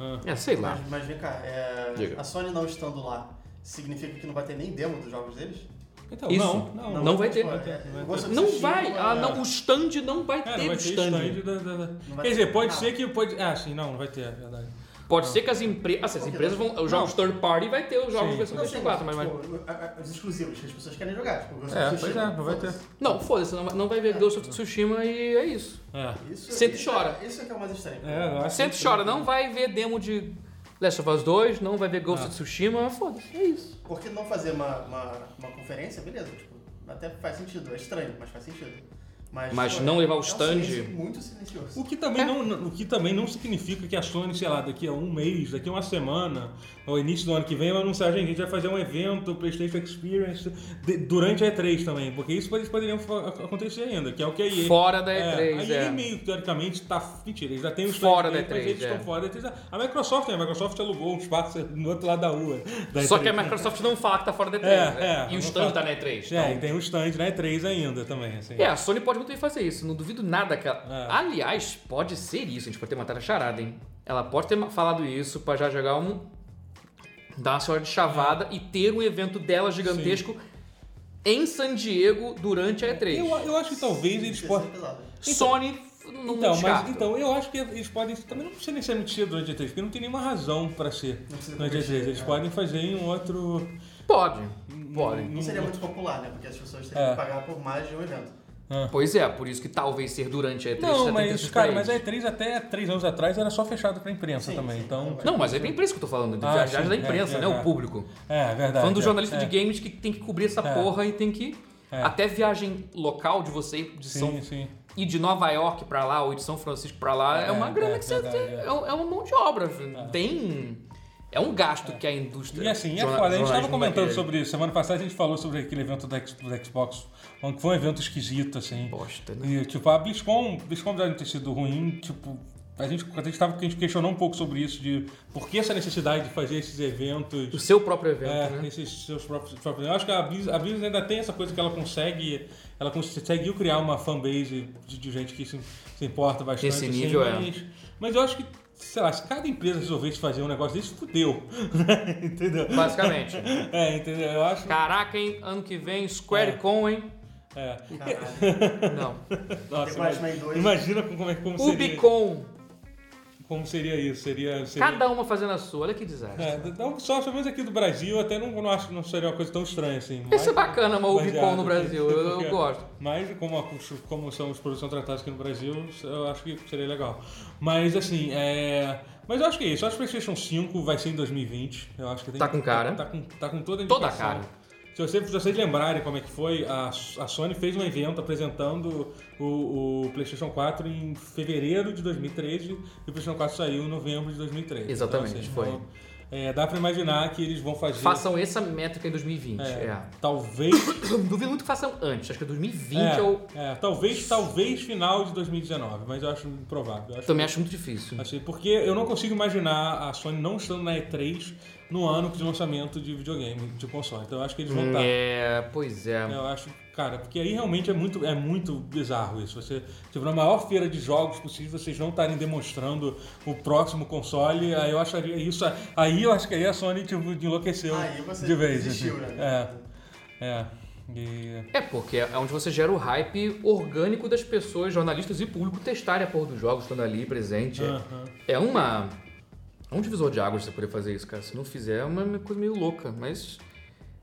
A: Aham.
C: É, sei lá.
B: Mas, mas vem cá, é,
C: Diga.
B: a Sony não estando lá significa que não vai ter nem demo dos jogos deles? Tipo,
A: Então,
C: Isso.
A: não, não,
C: Não vai ter.
A: Não vai ter.
B: Eu gosto de
C: Não
B: assistir,
C: vai,
B: mas-
C: ah, não, o stand não vai
A: É,
C: ter
A: não vai
C: o
A: ter
C: stand.
A: stand da- da- da-
B: vai
A: Quer
B: ter
A: dizer, pode
B: nada.
A: ser que. Pode... Ah, sim, não, não vai ter, é verdade.
C: Pode ser que as empresas. Assim, as empresas vão. Os jogos third party vai ter os jogos
A: Sim.
C: versão PlayStation 4, mas. mas-
B: tipo, a- a- Os exclusivos que as pessoas querem jogar. Tipo, Ghost
A: É,
B: of
A: pois
B: Tsushima,
A: é, não vai ter.
B: foda-se.
C: Não, foda-se, não, vai- não vai ver Ghost of Tsushima e é isso.
A: É.
B: Isso,
C: Senta e
B: isso-
C: chora.
B: Isso é que é o mais estranho.
A: É, eu acho
C: Senta e
A: que-
C: chora, não vai ver demo de Last of Us 2, não vai ver Ghost
A: Ah.
C: of Tsushima, foda-se, é isso.
B: Porque não fazer uma, uma, uma conferência, beleza, tipo, até faz sentido, é estranho, mas faz sentido. Mas,
C: Mas
B: pô,
C: não levar o
B: é um
C: stand.
B: silêncio muito silencioso.
A: O que, também
C: É.
A: não, o que também não significa que a Sony, sei lá, daqui a um mês, daqui a uma semana, ao início do ano que vem, vai anunciar, gente, a gente vai fazer um evento, PlayStation Experience, de- durante a E3 também, porque isso pode- poderiam fa- acontecer ainda, que é o que a EA...
C: Fora da
A: É,
C: E3,
A: a EA
C: é.
A: meio, teoricamente, tá... Mentira, eles já têm os
C: Fora da E3,
A: eles
C: é.
A: estão fora da E3. A Microsoft, né? A Microsoft alugou um espaço [LAUGHS] no outro lado da rua. da
C: Só
A: E3,
C: que é a
A: né?
C: Microsoft não fala que tá fora da E3,
A: É,
C: né?
A: é.
C: E o
A: Não
C: stand
A: fala.
C: tá na E3.
A: É,
C: então-
A: e tem um stand na E3 ainda também, assim.
C: É, a Sony pode muito bem fazer isso, não duvido nada que ela...
A: É.
C: Aliás, pode ser isso, a gente pode ter matado a charada, hein? Ela pode ter ma- falado isso pra já jogar um... Dar uma senhora de chavada e ter um evento dela gigantesco em San Diego durante a E3.
A: Eu, eu acho que talvez eles
B: Isso é
A: possam...
B: pesado.
C: Sony não
A: Então, mas,
C: descarta.
A: então, eu acho que eles podem. Também não precisa nem ser muito cedo durante a E3, porque não tem nenhuma razão pra ser
B: Não precisa
A: durante a E3.
B: competir,
A: Eles
B: é.
A: podem fazer em um outro.
C: Pode,
A: Hum,
C: pode.
B: Não seria muito popular, né? Porque as pessoas teriam
A: Uhum. É.
B: que pagar por mais de um evento.
C: Pois é, por isso que talvez ser durante a E3
A: Não,
C: já tem
A: mas,
C: desses
A: cara,
C: pra
A: mas é- a
C: eles.
A: E3 até três anos atrás era só fechado pra imprensa
B: Sim,
A: também.
B: sim.
A: Então.
C: Não, mas é da imprensa que eu tô falando,
A: Ah,
C: já, já
A: sim,
C: da
A: é,
C: imprensa,
A: é,
C: né?
A: é.
C: O público.
A: É, verdade.
C: Falando do
A: é,
C: jornalista
A: é.
C: de games que tem que cobrir essa
A: É.
C: porra e tem que.
A: É.
C: Até viagem local de você, de São.
A: Sim, sim.
C: E de Nova York pra lá, ou de São Francisco pra lá, é,
A: É,
C: uma grana
A: é,
C: que você
A: verdade,
C: tem.
A: é.
C: É. um- é uma mão de obra. Tem. É um gasto que a indústria.
A: E assim, é
C: jorna-
A: foda. A gente
C: jornalismo
A: tava
C: vai
A: comentando
C: querer.
A: sobre isso. Semana passada a gente falou sobre aquele evento da, X- do Xbox, que foi um evento esquisito, assim.
C: Bosta, né?
A: E, tipo, a BlizzCon, BlizzCon apesar de ter sido ruim, tipo, a gente, a gente tava, a gente questionou um pouco sobre isso, de por que essa necessidade de fazer esses
C: O
A: eventos,
C: seu próprio evento,
A: é,
C: né?
A: esses seus próprios, próprios- Eu acho que a Blizz, a Blizz ainda tem essa coisa que ela consegue, ela conseguiu criar uma fanbase de, de gente que se, se importa bastante. assim,
C: Nesse nível, é.
A: mas, mas eu acho que, sei lá, se cada empresa resolvesse fazer um negócio desse, fudeu. [LAUGHS] né? entendeu?
C: Basicamente.
A: É, entendeu? Eu acho.
C: Caraca, hein? Ano que vem, SquareCon, hein?
A: É.
B: Caralho.
C: Não.
A: Nossa,
B: mais
A: imagina,
B: mais dois.
A: imagina como, é- como [LAUGHS] seria.
C: Ubicon.
A: Como seria isso? Seria. seria...
C: Cada uma fazendo a sua. Olha que desastre.
A: É, da Ubisoft, pelo menos aqui do Brasil, até não, não acho que não seria uma coisa tão estranha assim.
C: Ia ser
A: mas-
C: é bacana uma
A: mas
C: Ubicon
A: é,
C: no Brasil.
A: [LAUGHS]
C: Eu, eu gosto.
A: Mas como, a- como são os produtos tratados aqui no Brasil, eu acho que seria legal. Mas assim, é. Mas eu acho que é isso. Eu acho que o PlayStation 5 vai ser em 2020. Eu acho que tem
C: Tá com cara.
A: Tá, com, tá com toda a
C: Toda
A: indicação.
C: cara.
A: Se, você, se vocês lembrarem como é que foi, a, a Sony fez um evento apresentando o, o PlayStation 4 em fevereiro de 2013 e o PlayStation 4 saiu em novembro de 2013.
C: Exatamente, foi.
A: então, é, dá pra imaginar que eles vão fazer.
C: Façam essa métrica em 2020.
A: É.
C: É. [COUGHS]
A: Talvez
C: Duvido muito que façam antes. Acho que 2020
A: é,
C: eu
A: é, talvez, talvez final de 2019, mas eu acho improvável. Eu acho,
C: também acho muito difícil.
A: assim, porque eu não consigo imaginar a Sony não estando na E3 no ano de lançamento de videogame, de console. Então eu acho que eles vão estar.
C: É, pois é.
A: Eu acho, cara, porque aí realmente é muito, é muito bizarro isso. Você, tipo, na maior feira de jogos possível, vocês não estarem demonstrando o próximo console, aí eu acharia isso. Aí eu acho que aí a Sony tipo, enlouqueceu
B: Aí você
A: de vez.
B: desistiu,
A: assim.
B: né?
A: É. É. E-
C: É porque é onde você gera o hype orgânico das pessoas, jornalistas e público, testarem a porra dos jogos, estando ali presente.
A: Aham.
C: É uma. É um divisor de águas você poder fazer isso, cara. Se não fizer, é uma coisa meio louca. Mas.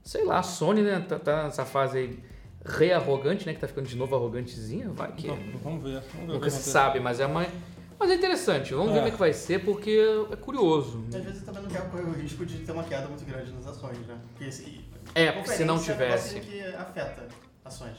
C: Sei lá, a Sony, né? Tá, tá nessa fase aí re-arrogante, né? Que tá ficando de novo arrogantezinha. Vai que.
A: Então, vamos ver. Vamos ver o que
C: Nunca se
A: acontece.
C: sabe, mas é uma. Mas é interessante, vamos ver
A: É.
C: como é que vai ser, porque é curioso.
B: Às vezes eu também não quero correr o risco de ter uma queda muito grande nas ações, né? Porque se,
C: É, porque se não
A: né?
B: conferência é um negócio
C: tivesse.
B: que afeta ações.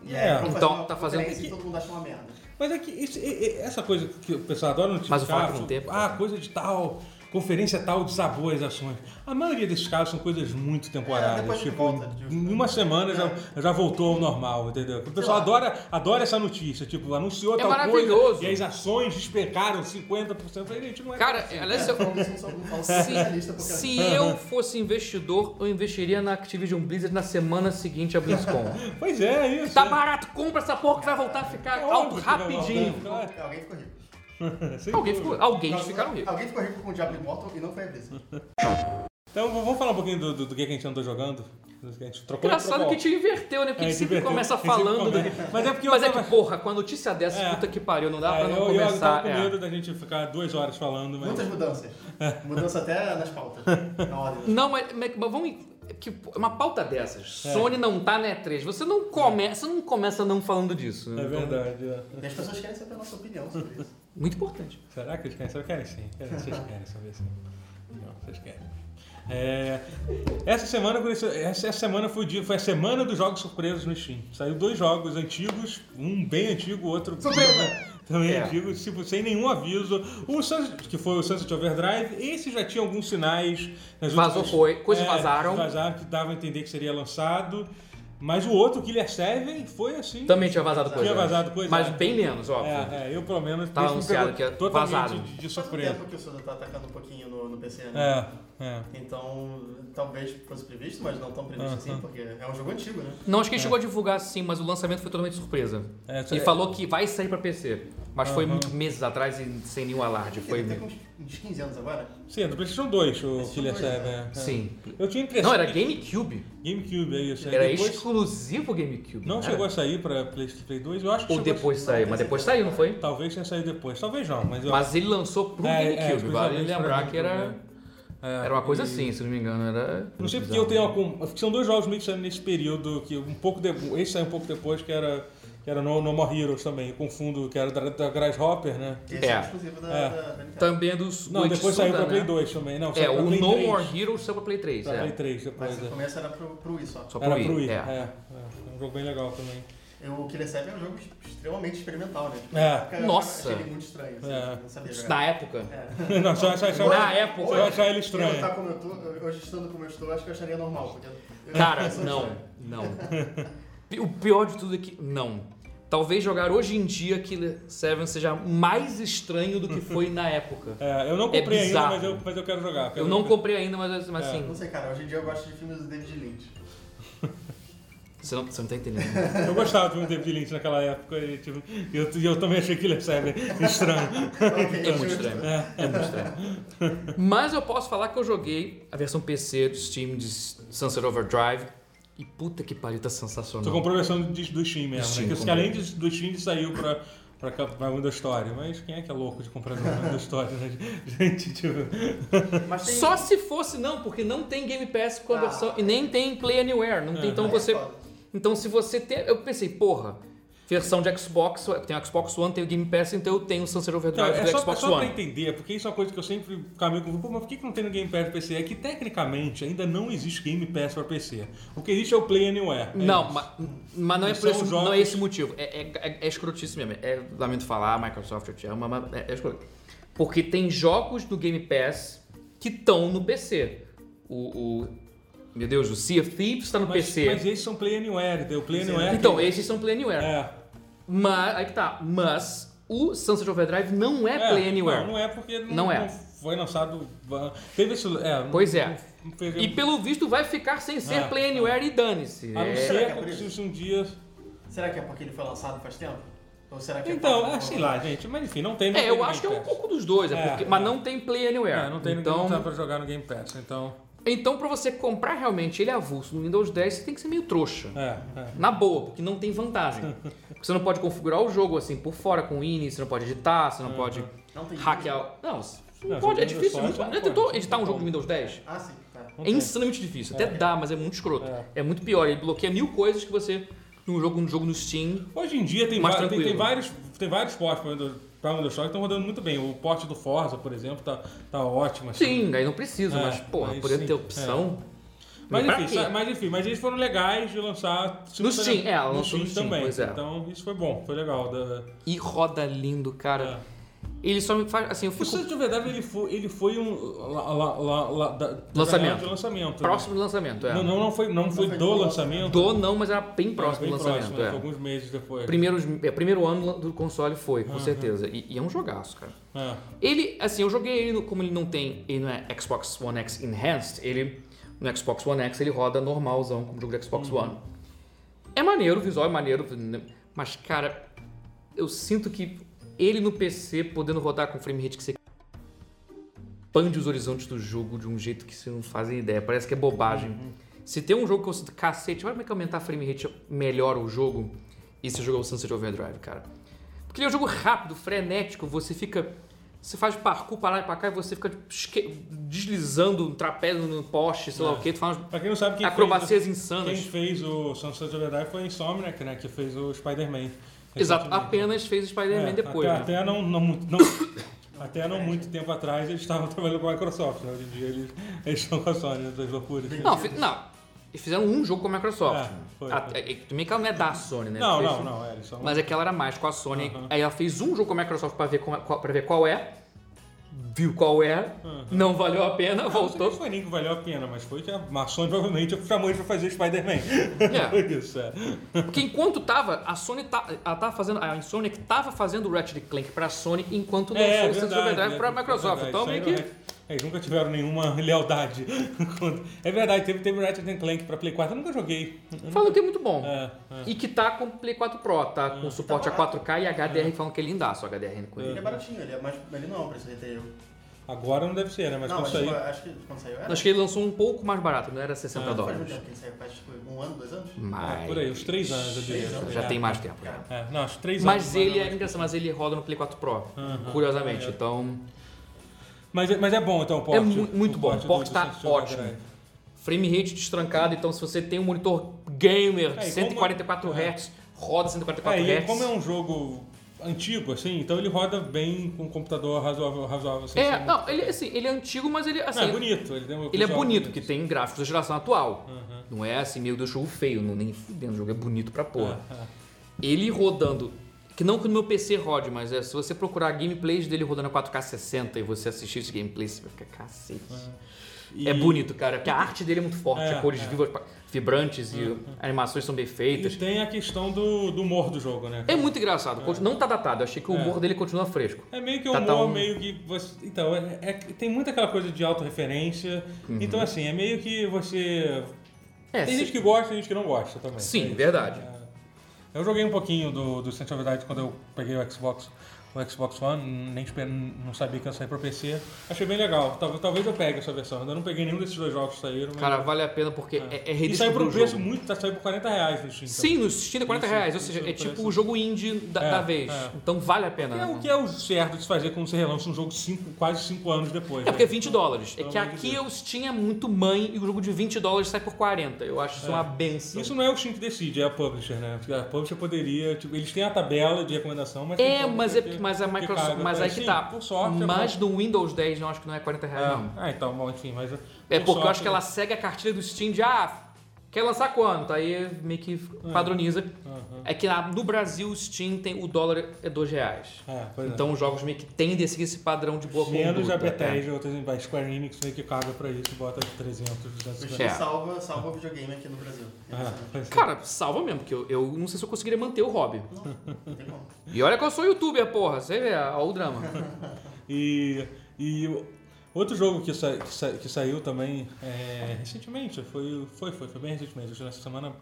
B: E
A: É.
B: aí, quando
C: Então,
B: faz uma
C: tá fazendo-
B: conferência, Todo mundo acha uma merda.
A: Mas é que isso- e- e- essa coisa que o pessoal adora notificar,
C: Mas o fato não tem,
A: ah,
C: cara.
A: coisa de tal, conferência tal, desabou as ações. A maioria desses casos são coisas muito
B: É,
A: temporárias.
B: depois de
A: tipo,
B: volta,
A: em-
B: tipo,
A: em uma semana já, já voltou ao normal, entendeu? O pessoal
B: lá.
A: adora, adora essa notícia, tipo, anunciou
C: É
A: tal
C: maravilhoso.
A: coisa e as ações despencaram 50%. Eu Falei, gente, não é
C: Cara, aliás, se eu,
B: Isso só não falo especialista,
C: se,
B: porque
C: se eu fosse investidor, eu investiria na Activision Blizzard na semana seguinte à
A: [LAUGHS]
C: BlizzCon.
A: Pois é, é isso.
C: Tá
A: é.
C: barato, compra essa porra que vai voltar a ficar
A: É
C: alto
A: óbvio que vai voltar,
C: rapidinho.
A: claro.
B: Alguém ficou rico.
A: É, Sem
C: Alguém
A: dúvida.
C: ficou, alguém
B: Alguém-
C: ficaram ricos.
B: Alguém ficou rico com o Diablo Immortal e não foi a Blizzard.
A: Então vamos falar um pouquinho do, do, do que a é gente andou jogando? A gente trocou
C: Engraçado
A: trocou.
C: que te inverteu, né? Porque
A: É,
C: a gente sempre
A: diverteu.
C: começa
A: A gente sempre
C: falando.
A: come-
C: do-
A: Mas é porque eu
C: Mas é
A: tava-
C: que, porra, com a notícia dessa,
A: É.
C: puta que pariu, não dá
A: É,
C: pra não
A: eu, eu tava
C: começar.
A: com
C: é.
A: medo da gente ficar duas horas falando, mas.
B: Muitas mudanças. Mudança até nas pautas. Na ordem.
C: Não, mas, mas- mas vamos. é Que pô, uma pauta dessas.
A: É.
C: Sony não tá na E3. Você não começa, não começa não falando disso. né?
A: É
C: Então,
A: verdade. é.
B: E as pessoas querem saber a nossa opinião sobre isso.
C: Muito importante.
A: Será que eles querem saber? Querem sim. Querem, vocês querem saber sim. Não, vocês querem. É, essa semana por isso- essa, essa semana foi, o dia, foi a semana dos jogos surpresos no Steam. Saiu dois jogos antigos, um bem antigo, outro [LAUGHS]
B: Surpresa!
A: também
C: É.
A: antigo, tipo, sem nenhum aviso. O Sunset, que foi o Sunset Overdrive, esse já tinha alguns sinais. Nas
C: Vazou
A: últimas-
C: coi- coisas vazaram.
A: É, Vazaram que dava a entender que seria lançado. Mas o outro, Killer Seven, foi assim.
C: Também tinha vazado coisa.
A: Tinha
C: né?
A: vazado coisa,
C: Mas
A: é.
C: bem menos, óbvio.
A: É, é, eu pelo menos
C: Tava
A: isso me
C: anunciado
A: pegou
C: que é
A: totalmente
C: vazado.
A: de, de
B: Faz um
A: surpresa.
B: tempo que o Suda tá atacando um pouquinho no, no PC, né?
A: É, é.
B: Então, talvez fosse previsto, mas não tão previsto assim, porque é um jogo antigo, né?
C: Não, acho que ele chegou a divulgar sim, mas o lançamento foi totalmente surpresa.
A: É,
C: Ele
A: é.
C: falou que vai sair pra PC, mas foi muito meses atrás e sem nenhum alarde.
B: Ele
C: Foi
B: tem uns, uns 15 anos agora.
A: Sim, é do PlayStation 2, o
B: PlayStation
A: Killer
B: 2,
A: 7.
B: né?
A: é, é.
C: Sim.
A: Eu tinha a impressão.
C: Não, era
A: que-
C: GameCube.
A: GameCube, é isso. aí
C: Era
A: depois
C: exclusivo GameCube.
A: Não
C: era?
A: chegou a sair pra PlayStation 2, eu acho que
C: Ou
A: chegou a-
C: depois saiu, mas depois saiu, não foi?
A: Talvez tenha saído depois, talvez não, mas eu.
C: Mas ele lançou pro
A: É, é,
C: GameCube, vale
A: exclusivamente pra
C: lembrar que era,
A: GameCube, É, né?
C: era uma coisa assim, se não me engano. Era...
A: Não sei porque eu tenho algum. porque São dois jogos meio que saindo nesse período, que um pouco de... esse saiu um pouco depois, que era, que era no, no More Heroes também. Eu confundo, que era da, da Grasshopper, né?
B: Esse é,
C: É.
B: exclusivo da,
A: É.
B: da, da Nintendo.
C: Também é dos.
A: Não,
C: do
A: depois saiu
C: Etsuda,
A: pra Play
C: né?
A: 2 também. Não,
C: É,
A: saiu pra
C: o
A: Play
C: No
A: 3,
C: More Heroes saiu pra Play 3.
A: Pra
C: é.
A: Play 3
B: Mas
A: depois.
B: o
A: é.
B: começo era pro, pro Wii só.
C: Só pro
A: Era
C: Wii.
A: pro Wii,
C: é.
A: é. é. É um jogo bem legal também. [LAUGHS]
B: O Killer 7 é um jogo extremamente experimental, né? Tipo,
A: É.
B: na época eu
C: Nossa.
B: Achei ele muito estranho. assim,
A: É.
B: Não sabia
C: Isso
B: jogar.
C: Na época.
A: Não, só, só, só,
C: Na época.
A: só achar ele
B: É. Eu
A: É estranho.
B: tá como eu tô, hoje estando como eu estou, acho que eu acharia normal. Porque eu-
C: Cara,
B: eu sou
C: não,
B: estranho.
C: não. Pi- O pior de tudo é que. Não. Talvez jogar hoje em dia Killer 7 seja mais estranho do que foi na época.
A: É, eu não
C: É
A: comprei ainda,
C: bizarro.
A: mas eu, mas eu quero jogar.
C: Eu
A: quero
C: não
A: ver.
C: comprei ainda, mas,
A: É.
C: mas assim.
B: Não sei, cara, hoje em dia eu gosto de filmes do David
C: [LAUGHS] É
B: Lynch.
C: Você não, você não tá entendendo.
A: Eu gostava do filme David Lynch naquela época e tipo, eu, e eu também achei que ele serve estranho.
B: Ok,
C: É muito estranho. É muito estranho. Mas eu posso falar que eu joguei a versão PC do Steam de Sunset Overdrive. E puta que pariu, tá sensacional.
A: Só comprou a versão de- do Steam mesmo,
C: Steam, é?
A: né? Que, que
C: comprei.
A: além de- do Steam saiu pra, pra, cá- pra Windows Store. Mas quem é que é louco de comprar jogo
C: [LAUGHS]
A: Windows Store, né? [LAUGHS] Gente, tipo...
B: Mas tem...
C: Só se fosse não, porque não tem Game Pass com a
B: Ah.
C: versão e nem tem Play Anywhere, não tem, então
B: Aí é
C: você
B: foda.
C: Então se você tem, eu pensei, porra, versão de Xbox, tem o Xbox One, tem o Game Pass, então eu tenho o Sunset
A: Não,
C: Overdrive
A: é
C: do
A: só, é
C: Xbox
A: só pra
C: One.
A: entender, porque isso é uma coisa que eu sempre caminho com, pô, mas por que, que não tem no Game Pass pra PC? É que tecnicamente ainda não existe Game Pass pra PC. O que existe é o Play Anywhere. É
C: Não,
A: isso.
C: ma- mas não é,
A: São
C: por esse,
A: jogos-
C: não é esse motivo. É, é, é, é escrotice mesmo. É, lamento falar, Microsoft, eu te amo, mas é, é escroto. Porque tem jogos do Game Pass que estão no PC. O, o- Meu Deus, o Sea of Thieves tá no
A: mas,
C: PC.
A: Mas esses são Play Anywhere, entendeu? Play Anywhere...
C: então, esses são Play Anywhere.
A: É,
C: Mas, aí que tá, mas o Sunset Overdrive não é,
A: É,
C: Play Anywhere.
A: Não, não é porque não,
C: Não é.
A: não foi lançado. Teve esse. É,
C: Pois é.
A: não- não teve-
C: E pelo visto vai ficar sem ser
A: É.
C: Play Anywhere e dane-se.
A: a não
C: É.
A: ser
B: Será que é
A: que se um dia.
B: Será que é porque ele foi lançado faz tempo? Ou será que
A: Então,
B: é
A: é, sei lá, gente. Mas enfim, não tem. não
C: É,
A: tem
C: eu
A: no
C: acho que é
A: Game
C: um
A: Pass.
C: pouco dos dois, é
A: É,
C: porque, mas
A: é.
C: não tem Play Anywhere.
A: É, não tem
C: então,
A: então... ninguém pra jogar no Game Pass, então.
C: então pra você comprar realmente ele avulso no Windows 10, você tem que ser meio trouxa.
A: É, é.
C: Na boa, porque não
A: [LAUGHS]
C: tem vantagem. Porque você não pode configurar o jogo assim por fora com o INI, você não pode editar, você não
A: É,
C: pode
B: Não tem
C: hackear. Não, você não
A: Não,
C: pode,
A: jogando
C: é difícil.
A: só,
C: muito-
A: você não
C: Já tentou
A: pode.
C: editar um jogo no Windows 10?
B: Ah, sim, tá.
A: Não
C: É
A: tem.
C: insanamente difícil. Até dá, mas é muito escroto.
A: É.
C: É. muito pior. Ele bloqueia mil coisas que você, num jogo, num jogo no Steam.
A: Hoje em dia tem,
C: Mais
A: va- tem- tem
C: tranquilo.
A: vários, tem vários portes pra Windows, pra Windows Store que estão rodando muito bem. O porte do Forza, por exemplo, tá, tá ótimo. assim.
C: Sim, aí não precisa,
A: É,
C: mas, porra,
A: aí
C: poderia
A: sim.
C: ter opção.
A: Mas
C: Pra
A: enfim,
C: quê?
A: sa- mas enfim, mas eles foram legais de lançar
C: No Steam, é, ela
A: no
C: lançou
A: Steam
C: no Steam,
A: também.
C: pois é.
A: Então isso foi bom, foi legal. Da,
C: E roda lindo,
A: É.
C: cara. Ele só me faz. Assim, eu
A: O
C: fico
A: Santos de Verdade ele foi, ele foi um lá- lá- lá- lá- da-
C: Lançamento.
A: de lançamento. né?
C: próximo do lançamento, é.
A: Não, não, não foi, não foi
B: foi
A: do
B: do-
A: lançamento.
C: Do não, mas era bem
A: Foi
C: próximo
A: bem
C: do lançamento,
A: né? Foi
C: é.
A: Alguns meses depois.
C: Primeiros, é. Primeiro ano do console foi, com certeza. E, e é um jogaço, cara.
A: É.
C: Ele, assim, eu joguei ele, no- como ele não tem, ele não é Xbox One X Enhanced, ele, no Xbox One X, ele roda normalzão, como jogo de Xbox
A: Uhum.
C: One. É maneiro, o visual é maneiro, mas, cara, eu sinto que ele no PC, podendo rodar com frame rate que você
A: Uhum.
C: expande os horizontes do jogo de um jeito que você não faz ideia, parece que é bobagem. Se tem um jogo que eu sinto, cacete, olha como é que aumentar a frame rate melhora o jogo, esse jogo é o Sunset Overdrive, cara. Porque ele é um jogo rápido, frenético, você fica. Você faz parkour para lá e pra cá e você fica tipo, esque- deslizando um trapézio no poste, sei lá o quê, tu faz umas
A: Pra quem não sabe, quem
C: acrobacias
A: É. fez,
C: insanas.
A: quem fez o Sunset Overdrive foi a Insomniac, né? Que fez o Spider-Man.
C: Exato,
A: recentemente. né?
C: apenas fez Spider-Man
A: É,
C: depois.
A: Até,
C: né?
A: até não, não, muito- não- [COUGHS] até não muito tempo atrás eles estavam [LAUGHS] trabalhando com a Microsoft, né? Hoje em dia eles, eles estão com a Sony, né? das loucuras.
C: Não, fi- não, eles fizeram um jogo com a Microsoft.
A: É, foi,
C: A-
A: foi.
C: é- Também que ela não é da Sony, né?
A: não,
C: Fez
A: não,
C: um-
A: não, é, eles são.
C: Mas aquela era mais com a Sony.
A: Aham.
C: Aí ela fez um jogo com a Microsoft pra ver, como, é- qual, pra ver qual é. Viu qual é. Não valeu a pena,
A: Não
C: voltou.
A: foi nem que valeu a pena, mas foi que a a Sony provavelmente chamou ele pra fazer Spider-Man. [LAUGHS]
C: É.
A: Foi isso, é.
C: Porque enquanto tava, a Sony tá, ela tava fazendo, a Insomniac tava fazendo o Ratchet Clank pra Sony enquanto lançou
A: É, é
C: o Sunset
A: verdade,
C: Overdrive
A: né?
C: pra Microsoft.
A: É verdade,
C: então
A: isso aí
C: meio que.
A: não é- Eles nunca tiveram nenhuma [LAUGHS] lealdade. é verdade, teve, teve Ratchet and Clank pra Play 4, eu nunca joguei.
C: Falam que é muito bom.
A: É, é.
C: E que tá com o Play 4 Pro, tá
A: Hum.
C: com suporte a 4K e HDR, falam que é lindaço o HDR com
B: Ele
C: ele.
B: é baratinho, ele é mais. Ele não é um preço retail.
A: Agora não deve ser, né? Mas
B: não,
A: com
B: mas
A: isso aí.
B: tipo, acho que quando saiu era.
C: Acho que ele lançou um pouco mais barato, não era
B: faz
C: 60
B: muito
C: dólares.
B: tempo que ele saiu, faz tipo um ano, dois anos?
C: Mas.
A: é, por aí, uns 3 anos, eu diria.
C: Já
A: É.
C: tem mais tempo. já.
A: É, não, uns 3 anos.
C: Mas
A: mais
C: ele
A: ou
C: é
A: menos. É.
C: engraçado, mas ele roda no Play 4 Pro, curiosamente. Então,
A: Mas, é- mas é bom então o porte.
C: é mu- muito
A: o
C: bom. O porte
A: do- é. do
C: tá
A: Sunset
C: ótimo.
A: Overdrive.
C: Frame rate destrancado, então se você tem um monitor gamer
A: É, e
C: de 144
A: como é-
C: Hz, roda 144
A: É, e
C: Hz.
A: como é um jogo antigo, assim, então ele roda bem com um computador razoável, razoável assim.
C: É,
A: sem-
C: não, ele assim, ele é antigo, mas ele assim,
A: Não, é bonito. Ele, tem um
C: ele é
A: visual
C: bonito, porque tem gráficos da geração atual. Não é assim meio do jogo feio, não, nem fudendo, o jogo é bonito pra porra.
A: É.
C: Ele rodando, que não que no meu PC rode, mas é, se você procurar gameplays dele rodando a 4K 60 e você assistir esse gameplay, você vai ficar cacete.
A: E-
C: É bonito, cara, porque a arte dele é muito forte,
A: É,
C: as cores
A: é. Uhum.
C: vivas, vibrantes e animações são bem
A: E
C: feitas.
A: tem a questão do, do humor do jogo, né?
C: É muito engraçado, conti- não tá datado, eu achei que o humor dele continua fresco.
A: É meio que o
C: Tá,
A: humor,
C: tá um-
A: meio que. Você, então, é- é que tem muita aquela coisa de autorreferência. Então, assim, é meio que você.
C: Uhum. É,
A: tem
C: se-
A: gente que gosta e gente que não gosta também.
C: sim,
A: É-
C: verdade.
A: Eu joguei um pouquinho do, do Sense of Verdade quando eu peguei o Xbox, o Xbox One, nem esper- não sabia que ia sair pro PC. Achei bem legal. Talvez, talvez eu pegue essa versão. Ainda não peguei nenhum desses dois jogos que saíram. mas-
C: Cara, vale a pena porque é, é,
A: e saiu
C: redescobrir
A: por um
C: o
A: preço
C: jogo.
A: muito, tá saiu por 40 reais no Steam. então.
C: Sim, no Steam é 40
A: Isso,
C: reais, ou
A: isso
C: seja, é
A: eu
C: tipo
A: conheço.
C: o jogo indie da,
A: É,
C: da vez.
A: é.
C: Então vale a pena.
A: então. É
C: né?
A: o que é o certo de se fazer quando você relança um jogo cinco, quase 5 anos depois.
C: É
A: né?
C: porque [LAUGHS] é 20 dólares. É
A: Pelo
C: que
A: amor de
C: aqui
A: Deus.
C: o Steam é muito mãe e o jogo de 20 dólares sai por 40. Eu acho isso uma benção.
A: Isso não é o Steam que decide, é a publisher, né? Porque a publisher poderia. tipo, eles têm a tabela de recomendação, mas. tem
C: É,
A: publisher
C: mas, é,
A: que-
C: mas a
A: que
C: Microsoft.
A: caga
C: Mas
A: pra-
C: aí que
A: Sim,
C: tá.
A: Por sorte, é
C: mas no Windows 10 não acho que não é 40
A: bom.
C: reais,
A: É.
C: não.
A: Ah, então, bom, enfim, mas.
C: É
A: por
C: porque eu
A: sorte, né?
C: acho que ela segue a cartilha do Steam de ah, quer lançar quanto? Aí meio que padroniza. É que lá no Brasil o Steam tem o dólar é 2 reais.
A: É, pois é.
C: Então os jogos meio que tendem a seguir esse padrão de boa
A: Menos a
C: conduta. é.
A: Bethesda, outras embaixo. Square Enix meio que caga pra isso e bota 300,
B: O
A: 250.
B: Steam
C: É.
B: salva, salva o videogame aqui no Brasil.
A: Ah, pois é.
C: Cara, salva mesmo, porque eu, eu não sei se eu conseguiria manter o hobby.
B: Não tem como.
C: E olha que eu sou youtuber, porra. Você vê, olha o drama.
A: E, e o- outro jogo que, sa- que, sa- que saiu também é, recentemente, foi, foi, foi, foi bem recentemente, acho que nessa semana,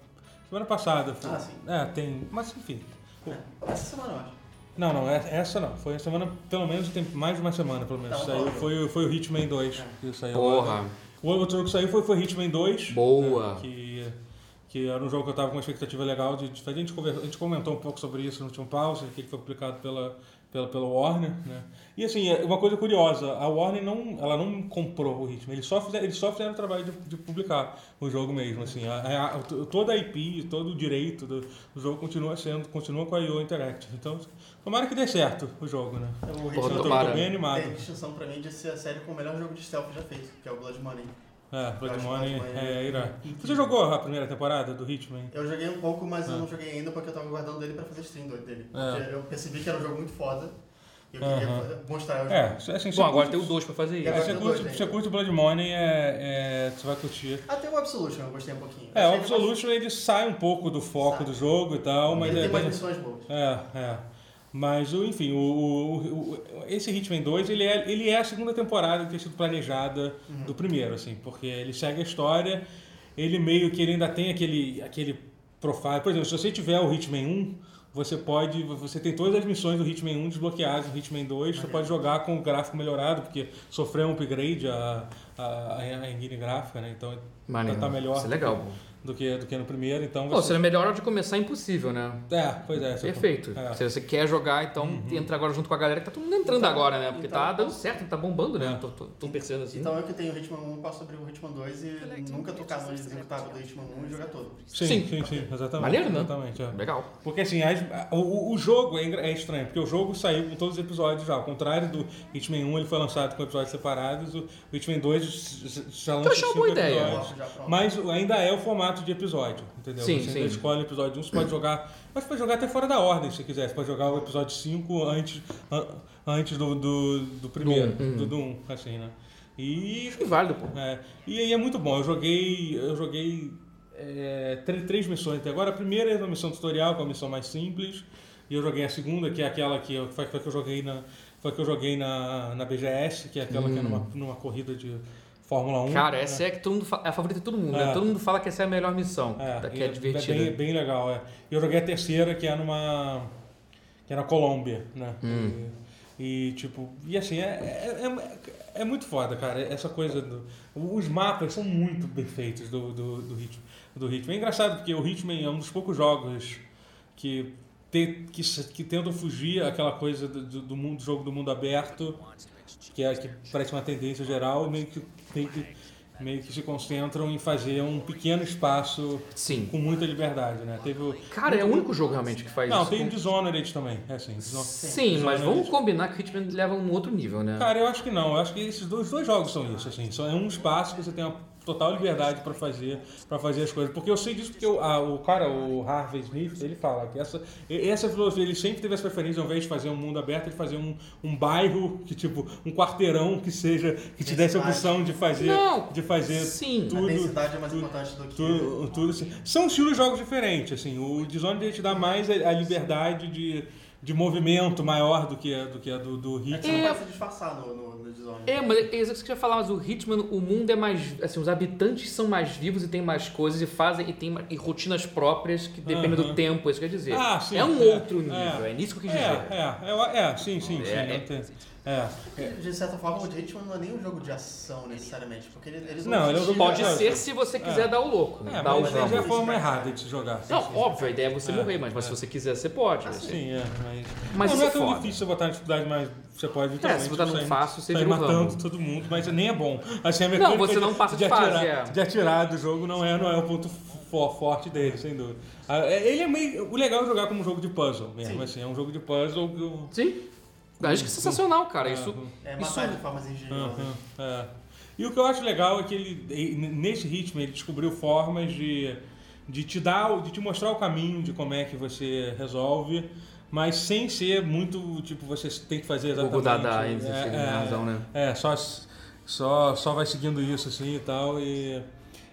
A: semana passada. Foi,
B: Ah, sim.
A: É, tem, mas enfim. o-
B: É, Essa semana eu acho.
A: Não, não, é- essa não. Foi a semana, pelo menos, tem mais de uma semana, pelo menos.
B: Tá, É.
A: saiu,
B: vamos lá.
A: foi, o- foi o Hitman 2 que saiu.
C: Porra.
A: agora. O outro jogo que saiu foi, foi Hitman 2.
C: Boa.
A: né, que, que era um jogo que eu tava com uma expectativa legal de, de fazer. A gente, conver- a gente comentou um pouco sobre isso no último pause, que ele foi publicado pela, pela, pela Warner, né? E assim, é uma coisa curiosa, a Warner não, ela não comprou o Hitman, eles só fizeram, eles só fizeram o trabalho de, de publicar o jogo mesmo, assim. A, a- a- toda a IP, todo o direito do, do jogo continua sendo, continua com a IO Interactive. Então, tomara que dê certo o jogo, né? Eu
B: O Hitman
A: tô,
C: tomara.
A: tô bem
B: tem
A: animado.
B: É, distinção pra mim de ser a série com o melhor jogo de stealth já feito, que é o Blood Money.
A: É, Blood
B: acho
A: Money
B: ótimo,
A: é
B: é.
A: irá. Você jogou a primeira temporada do Hitman?
B: Eu joguei um pouco, mas eu não joguei ainda porque eu tava guardando ele pra fazer stream do- dele.
A: É.
B: Porque Eu percebi que era um jogo muito foda e eu queria
A: Aham.
B: mostrar o jogo.
A: É, assim,
C: Bom, agora tem o 2 pra fazer
A: É,
C: isso.
B: Agora
A: você,
B: tem
A: curte,
B: dois, né?
A: você curte Blood Money, é, é, você vai curtir.
B: Até o Absolution eu gostei um pouquinho.
A: É, o
B: Eu achei ele mais-
A: Absolution ele sai um pouco do foco
B: Sai.
A: do jogo e tal, mas
B: Ele
A: é
B: tem mais
A: bem...
B: missões boas.
A: É, é. Mas, o- enfim, o, o- o- esse Hitman 2, ele é, ele é a segunda temporada que tem sido planejada
C: Uhum.
A: do primeiro, assim, porque ele segue a história, ele meio que ele ainda tem aquele, aquele profile. Por exemplo, se você tiver o Hitman 1, Você pode. Você tem todas as missões do Hitman 1 desbloqueadas, do Hitman 2, você pode jogar com o gráfico melhorado, porque sofreu um upgrade a, a, a engine gráfica, né? Então
C: Maneiro.
A: tá melhor
C: Isso é legal. pô.
A: do que, do que no primeiro. Então
C: Pô, seria melhor a hora de começar é impossível, né?
A: É, pois é. você-
C: Perfeito.
A: É. Então,
C: Se você quer jogar, então entra agora junto com a galera que tá todo mundo entrando agora, né? Porque tá dando certo, tá bombando,
A: é.
C: né? Tô, tô- tô percebendo assim.
B: Então eu que tenho o Hitman 1, posso abrir o Hitman 2 e nunca tocar no executável do Hitman 1 e jogar todo.
A: Sim,
C: Sim.
A: sim, sim, exatamente.
C: Maneiro, né?
A: Exatamente, é.
C: Legal.
A: Porque assim, as- a- o, o jogo é, engra- é estranho, porque o jogo saiu com todos os episódios já. Ao contrário do Hitman 1, ele foi lançado com episódios separados, o Hitman 2 s- s- já lançou
C: achei Então é uma boa
A: cinco
C: ideia.
A: episódios.
B: Eu já pronto.
A: É. Mas o- ainda é o formato de episódio, entendeu?
C: Sim,
A: você
C: sim.
A: ainda escolhe o episódio 1, você pode jogar. Mas você pode jogar até fora da ordem se quiser. Você pode jogar o episódio 5 antes, an- antes do, do, do primeiro,
C: Do um, uhum.
A: do 1, assim, né? E
C: Acho que válido, pô.
A: é, e aí é muito bom. Eu joguei. Eu joguei é, três, três missões até agora. A primeira é uma missão tutorial, que é a missão mais simples. E eu joguei a segunda, que é aquela que eu, foi, foi que eu joguei na. Foi que eu joguei na, na BGS, que é aquela que é numa, numa corrida de Fórmula 1.
C: Cara,
A: né?
C: essa é que todo mundo fa- é a favorita de todo mundo, né?
A: É.
C: Todo mundo fala que essa é a melhor missão,
A: É,
C: que é
A: e
C: divertida.
A: bem, bem legal, é. E eu joguei a terceira, que é numa. que é na Colômbia, né?
C: Hum.
A: E, e, tipo, e assim, é, é, é, é muito foda, cara. Essa coisa. do- os mapas são muito bem feitos do, do, do, Hitman, do Hitman. É engraçado porque o Hitman é um dos poucos jogos que. te- Que, se- que tentam fugir aquela coisa do, do- do mundo, do jogo do mundo aberto, que, é, que parece uma tendência geral, e meio que, meio, que, meio que se concentram em fazer um pequeno espaço
C: Sim.
A: com muita liberdade, né? Teve o...
C: Cara, é o único jogo realmente que faz
A: Não,
C: isso.
A: tem o
C: Com-
A: Dishonored também, é assim. Dishonored.
C: Sim, mas
A: Dishonored.
C: vamos combinar que Hitman leva a um outro nível, né?
A: Cara, eu acho que não. Eu acho que esses dois, dois jogos são isso, assim. Só é um espaço que você tem uma total liberdade para fazer, para fazer as coisas. Porque eu sei disso porque o- ah, o cara, o Harvey Smith, ele fala que essa, e- essa filosofia, ele sempre teve essa preferência, ao invés de fazer um mundo aberto, ele fazer um, um bairro que tipo um quarteirão que seja que te desse a opção de fazer,
C: Não.
A: de fazer
C: Sim.
B: A
A: tudo.
B: densidade é mais importante do que...
A: Tu- tudo assim. São estilos de jogos diferentes, assim. O Dishonored ele te dá mais a, a liberdade de, de movimento maior do que a do, que a do, do
B: É que
A: Hit.
B: você
C: É.
B: não pode se disfarçar no, no, no Dishonored.
C: É, mas é isso que você ia falar, mas o Hitman, o mundo é mais. Assim, os habitantes são mais vivos e têm mais coisas e fazem e tem ma- e rotinas próprias que dependem do
A: Aham.
C: tempo, isso quer dizer.
A: Ah, sim,
C: é um
A: é,
C: outro nível, é.
A: é.
C: nisso que eu
A: É,
C: quis dizer.
A: é, é, é, sim, sim, sim.
C: É,
A: eu tenho- é.
B: De certa forma, o Hitman não é nem um jogo de ação, necessariamente, porque ele- eles
A: Não, ele é um jogo-
C: Pode
A: É,
C: ser
A: é.
C: se você quiser dar o louco,
A: É,
C: dar o
A: mas
C: ramo.
A: é a forma errada de se jogar. sim,
C: um Não,
A: sim.
C: óbvio, a ideia é você morrer, mas, mas se você quiser, você pode. assim.
A: Sim, é, mas.
C: Mas
A: não,
C: isso
A: não
C: é
A: é tão
C: foda. É,
A: difícil você botar na dificuldade, mas você pode
C: se botar no
A: sair-
C: fácil, você
A: sair
C: vira um
A: matando
C: ramo.
A: todo mundo, mas nem é bom. Assim, a mecânica
C: você
A: de-
C: não passa de
A: atirar,
C: fase, é.
A: De atirar do jogo não é, não é o ponto fo- forte dele, sem dúvida. Ah, é- Ele é meio. O legal é jogar como um jogo de puzzle mesmo, assim. É um jogo de puzzle que eu.
C: Sim. Acho que é
A: Uhum.
C: sensacional, cara. Isso.
B: É
C: isso
B: matar de formas ingeniosas.
A: Aham, é. E o que eu acho legal é que ele, e- nesse ritmo, ele descobriu formas de, de te dar, o- de te mostrar o caminho de como é que você resolve, mas sem ser muito, tipo, você tem que fazer
C: o
A: exatamente.
C: Gugu Dada
A: é,
C: ainda tem
A: é,
C: razão, né?
A: é, só, só, só vai seguindo isso assim e tal. E,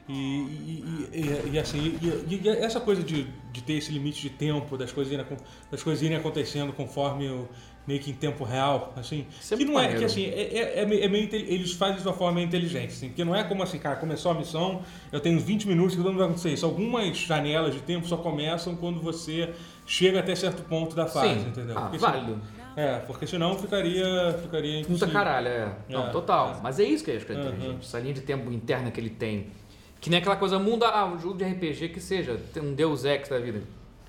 A: e, e, e- e, assim, e, e- e essa coisa de, de ter esse limite de tempo, das coisas irem, acon- das coisas irem acontecendo conforme o. Meio que em tempo real, assim.
C: Isso é
A: que
C: muito
A: não é,
C: maneiro.
A: que assim, é, é- é meio- é meio inte- eles fazem de uma forma inteligente, assim, porque não é como assim, cara, começou a missão, eu tenho 20 minutos que não vai acontecer isso. Algumas janelas de tempo só começam quando você chega até certo ponto da fase,
C: Sim.
A: entendeu?
C: Ah,
A: Porque se-
C: válido.
A: é, porque senão ficaria, ficaria
C: Puta
A: impossível.
C: caralho, é. Não,
A: É,
C: total. Mas é isso que eu acho que é
A: Aham.
C: inteligente. Essa linha de tempo interna que ele tem. Que nem aquela coisa, muda ah, um jogo de RPG que seja, tem um Deus Ex da vida.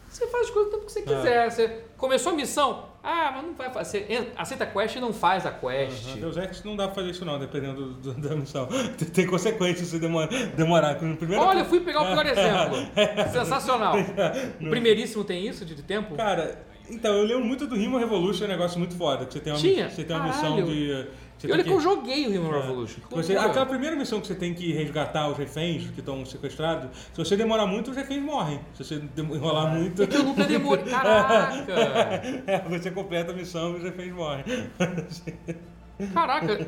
C: Você faz as coisas do tempo
A: É.
C: que você quiser. Você começou a missão, ah, mas não vai fazer. Você en- Aceita a quest e não faz a quest.
A: Deus Ex não dá pra fazer isso não, dependendo do- do- da missão. [LAUGHS] Tem, tem consequências se demora, demorar. No primeiro
C: Olha, eu fui pegar o
A: [LAUGHS]
C: pior exemplo. Sensacional. O primeiríssimo tem isso de de tempo?
A: Cara, então, eu lembro muito do Rima Revolution, é um negócio muito foda. Que você tem uma,
C: Tinha?
A: Você tem uma
C: Caralho.
A: missão de... Você
C: E
A: tem É.
C: olha que eu joguei o Human Revolution. Que
A: Você,
C: loucura.
A: aquela primeira missão que você tem que resgatar os reféns que estão sequestrados, se você demorar muito, os reféns morrem. Se você dem- enrolar muito, é, [LAUGHS]
C: É que eu nunca demorei. Caraca!
A: você completa a missão e os reféns morrem.
C: Caraca!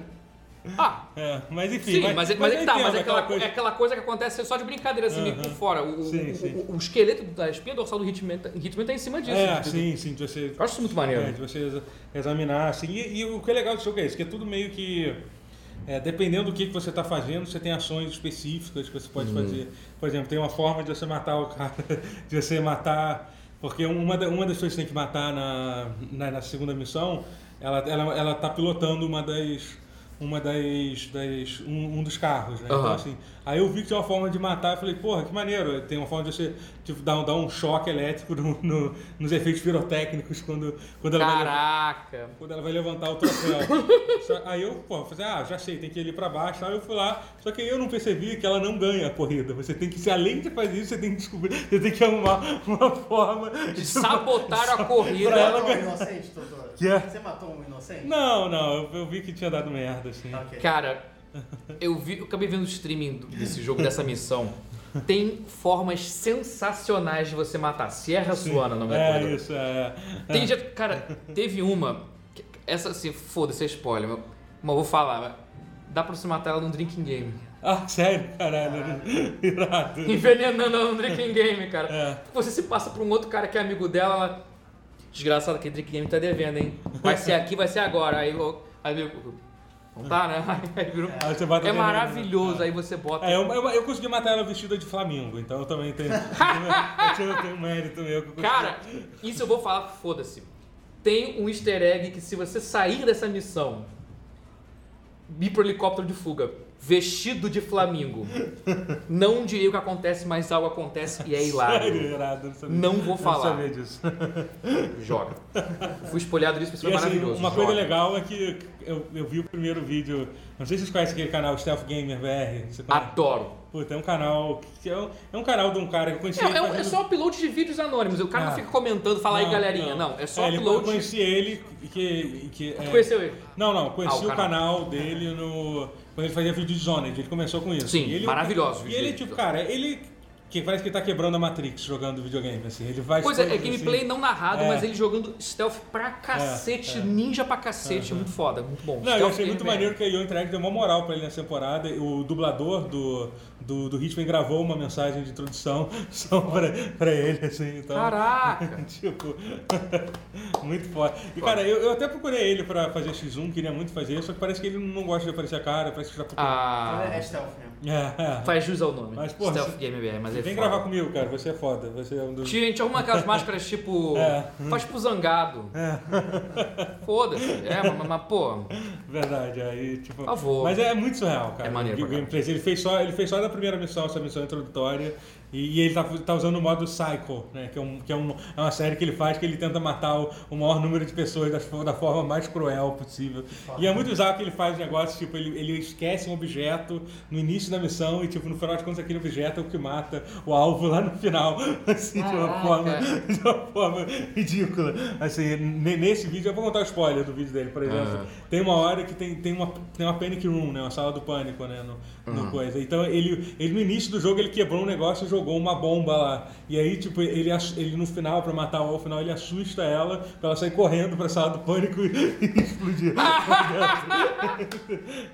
C: Ah,
A: É, mas enfim.
C: sim, mas, é- mas é
A: eu
C: que tá,
A: entendo
C: mas é aquela,
A: coisa-
C: é aquela coisa que acontece só de brincadeira, assim, meio por fora. O, o-
A: Sim,
C: o-
A: sim.
C: o- o esqueleto da espinha dorsal do Hitman, tá- Hitman tá em cima disso.
A: É,
C: de-
A: sim, sim, de você
C: Eu acho isso muito maneiro.
A: É, de você exa- examinar, assim. E, e o que é legal do jogo é isso, que é tudo meio que. é, dependendo do que, que você está fazendo, você tem ações [LAUGHS] específicas que você pode fazer. Por exemplo, tem uma forma de você matar o cara, de você matar. Porque uma, da- uma das pessoas que tem que matar na, na, na segunda missão, ela, ela, ela tá pilotando uma das. Uma das. das um, um dos carros, né? Então,
C: Aham.
A: assim, aí eu vi que tinha uma forma de matar, eu falei, porra, que maneiro, tem uma forma de você tipo, dar, um, dar um choque elétrico no- no- nos efeitos pirotécnicos quando, quando ela vai levar- [LAUGHS]
C: Caraca.
A: quando ela vai levantar o
C: [LAUGHS]
A: troféu. Só- aí eu, pô, falei, ah, já sei, tem que ir ali pra baixo. Aí eu fui lá, só que eu não percebi que ela não ganha a corrida. Você tem que, se além de fazer isso, você tem que descobrir, você tem que arrumar [LAUGHS] uma forma
C: De sabotar a
A: Pra
C: corrida.
A: ela
B: Matou um
A: ganhar.
B: inocente, doutora?
A: Quê?
B: Você matou um inocente?
A: Não, não, eu, eu vi que tinha dado merda, assim.
B: Tá, ok.
C: Cara, eu, vi, eu acabei vendo o streaming do- desse jogo, dessa missão. Tem formas sensacionais de você matar. Sierra Suana, não é?
A: É isso, é.
C: Tem já, cara, teve uma. que- Essa, assim, foda-se, é spoiler, mas, mas vou falar. Dá pra você matar ela num drinking game.
A: Ah, [LAUGHS] sério, caralho. Irado.
C: Envenenando ela num drinking game, cara.
A: É.
C: Você se passa por um outro cara que é amigo dela, ela. Desgraçado, aquele drinking game tá devendo, hein? Vai ser aqui, vai ser agora. Aí, o- aí amigo. Não tá, né? [LAUGHS] Aí virou.
A: Aí você bota
C: É
A: veneno, né?
C: maravilhoso, aí você bota.
A: É, eu, eu, eu consegui matar ela vestida de Flamingo, então eu também tenho. [LAUGHS] eu, tenho, eu tenho mérito meu. que eu consegui-
C: Cara, isso eu vou falar, foda-se. Tem um easter egg que se você sair dessa missão, ir pro helicóptero de fuga, vestido de flamingo, não direi o que acontece, mas algo acontece e
A: [LAUGHS]
C: é
A: Sério,
C: hilário.
A: irado, não sabia.
C: Não vou
A: Eu não
C: falar.
A: sabia disso.
C: Joga. Fui espolhado disso, isso foi
A: E assim,
C: maravilhoso.
A: uma coisa
C: Joga.
A: legal é que eu, eu vi o primeiro vídeo. Não sei se vocês conhecem aquele canal Stealth Gamer VR. Você conhece?
C: Adoro.
A: Puta, é um canal. que é, um, é um canal de um cara que eu conheci.
C: É,
A: ele
C: é um- é
A: fazendo-
C: só upload de vídeos anônimos. O cara
A: Ah.
C: não fica comentando, fala aí
A: Não,
C: galerinha. Não, é só
A: ele- Eu
C: upload.
A: conheci ele. Que, que, é-
C: Tu conheceu ele?
A: Não, não. Conheci
C: Ah, o
A: o canal dele no. Quando ele fazia vídeo de Zoned, ele começou com isso.
C: Sim,
A: E ele,
C: maravilhoso
A: E
C: o vídeo então.
A: ele,
C: dele.
A: tipo, cara, ele. Que parece que tá quebrando a Matrix jogando videogame, assim. Ele vai.
C: Pois é, é gameplay não narrado,
A: É.
C: mas ele jogando stealth pra cacete, ninja pra cacete, muito foda, muito bom.
A: Não, eu
C: Stealth
A: achei muito
C: game
A: maneiro que a Young Track deu uma moral pra ele nessa temporada. O dublador do, do, do Hitman gravou uma mensagem de introdução [LAUGHS] só pra, pra ele, assim, então...
C: Caraca!
A: [LAUGHS] Tipo, [LAUGHS] muito foda. E cara, eu, eu até procurei ele pra fazer X1, queria muito fazer, só que parece que ele não gosta de aparecer a cara, parece que já procurou.
C: Ah,
B: É stealth mesmo.
A: [LAUGHS] É,
C: faz jus ao nome.
A: Mas, porra,
C: stealth
A: você-
C: Game BR, mas
A: é.
C: é
A: Vem
C: foda.
A: gravar comigo, cara, você é foda, você é um dos...
C: Gente, arruma aquelas máscaras tipo.
A: [LAUGHS] É.
C: Faz pro zangado. Foda-se. É, mas, mas, pô.
A: Verdade, aí, tipo.
C: Por favor.
A: Mas é muito surreal, cara.
C: É maneiro
A: O
C: pra
A: gameplay. Ele fez só, ele fez só na primeira missão, essa missão introdutória. E, e ele tá, tá usando o modo Psycho, né? Que, é, um, que é, um, é uma série que ele faz que ele tenta matar o, o maior número de pessoas das fo- da, forma mais cruel possível. E é muito usado que ele faz negócios, tipo, ele, ele esquece um objeto no início da missão e, tipo, no final de contas, aquele objeto é o que mata o alvo lá no final. [LAUGHS] Assim, de uma
C: Caraca.
A: forma [LAUGHS] de uma forma ridícula. Assim, ne- nesse vídeo, eu vou contar o spoiler do vídeo dele, por exemplo.
C: Ah.
A: Tem uma hora que tem, tem, uma, tem uma panic room, né? Uma sala do pânico, né? No, no coisa. Então, ele, ele no início do jogo, ele quebrou um negócio e jogou uma bomba lá. E aí, tipo, ele, ass- ele no final, pra matar o final, ele assusta ela, pra ela sair correndo pra sala do pânico [LAUGHS] e, e
C: [LAUGHS]
A: explodir. [LAUGHS]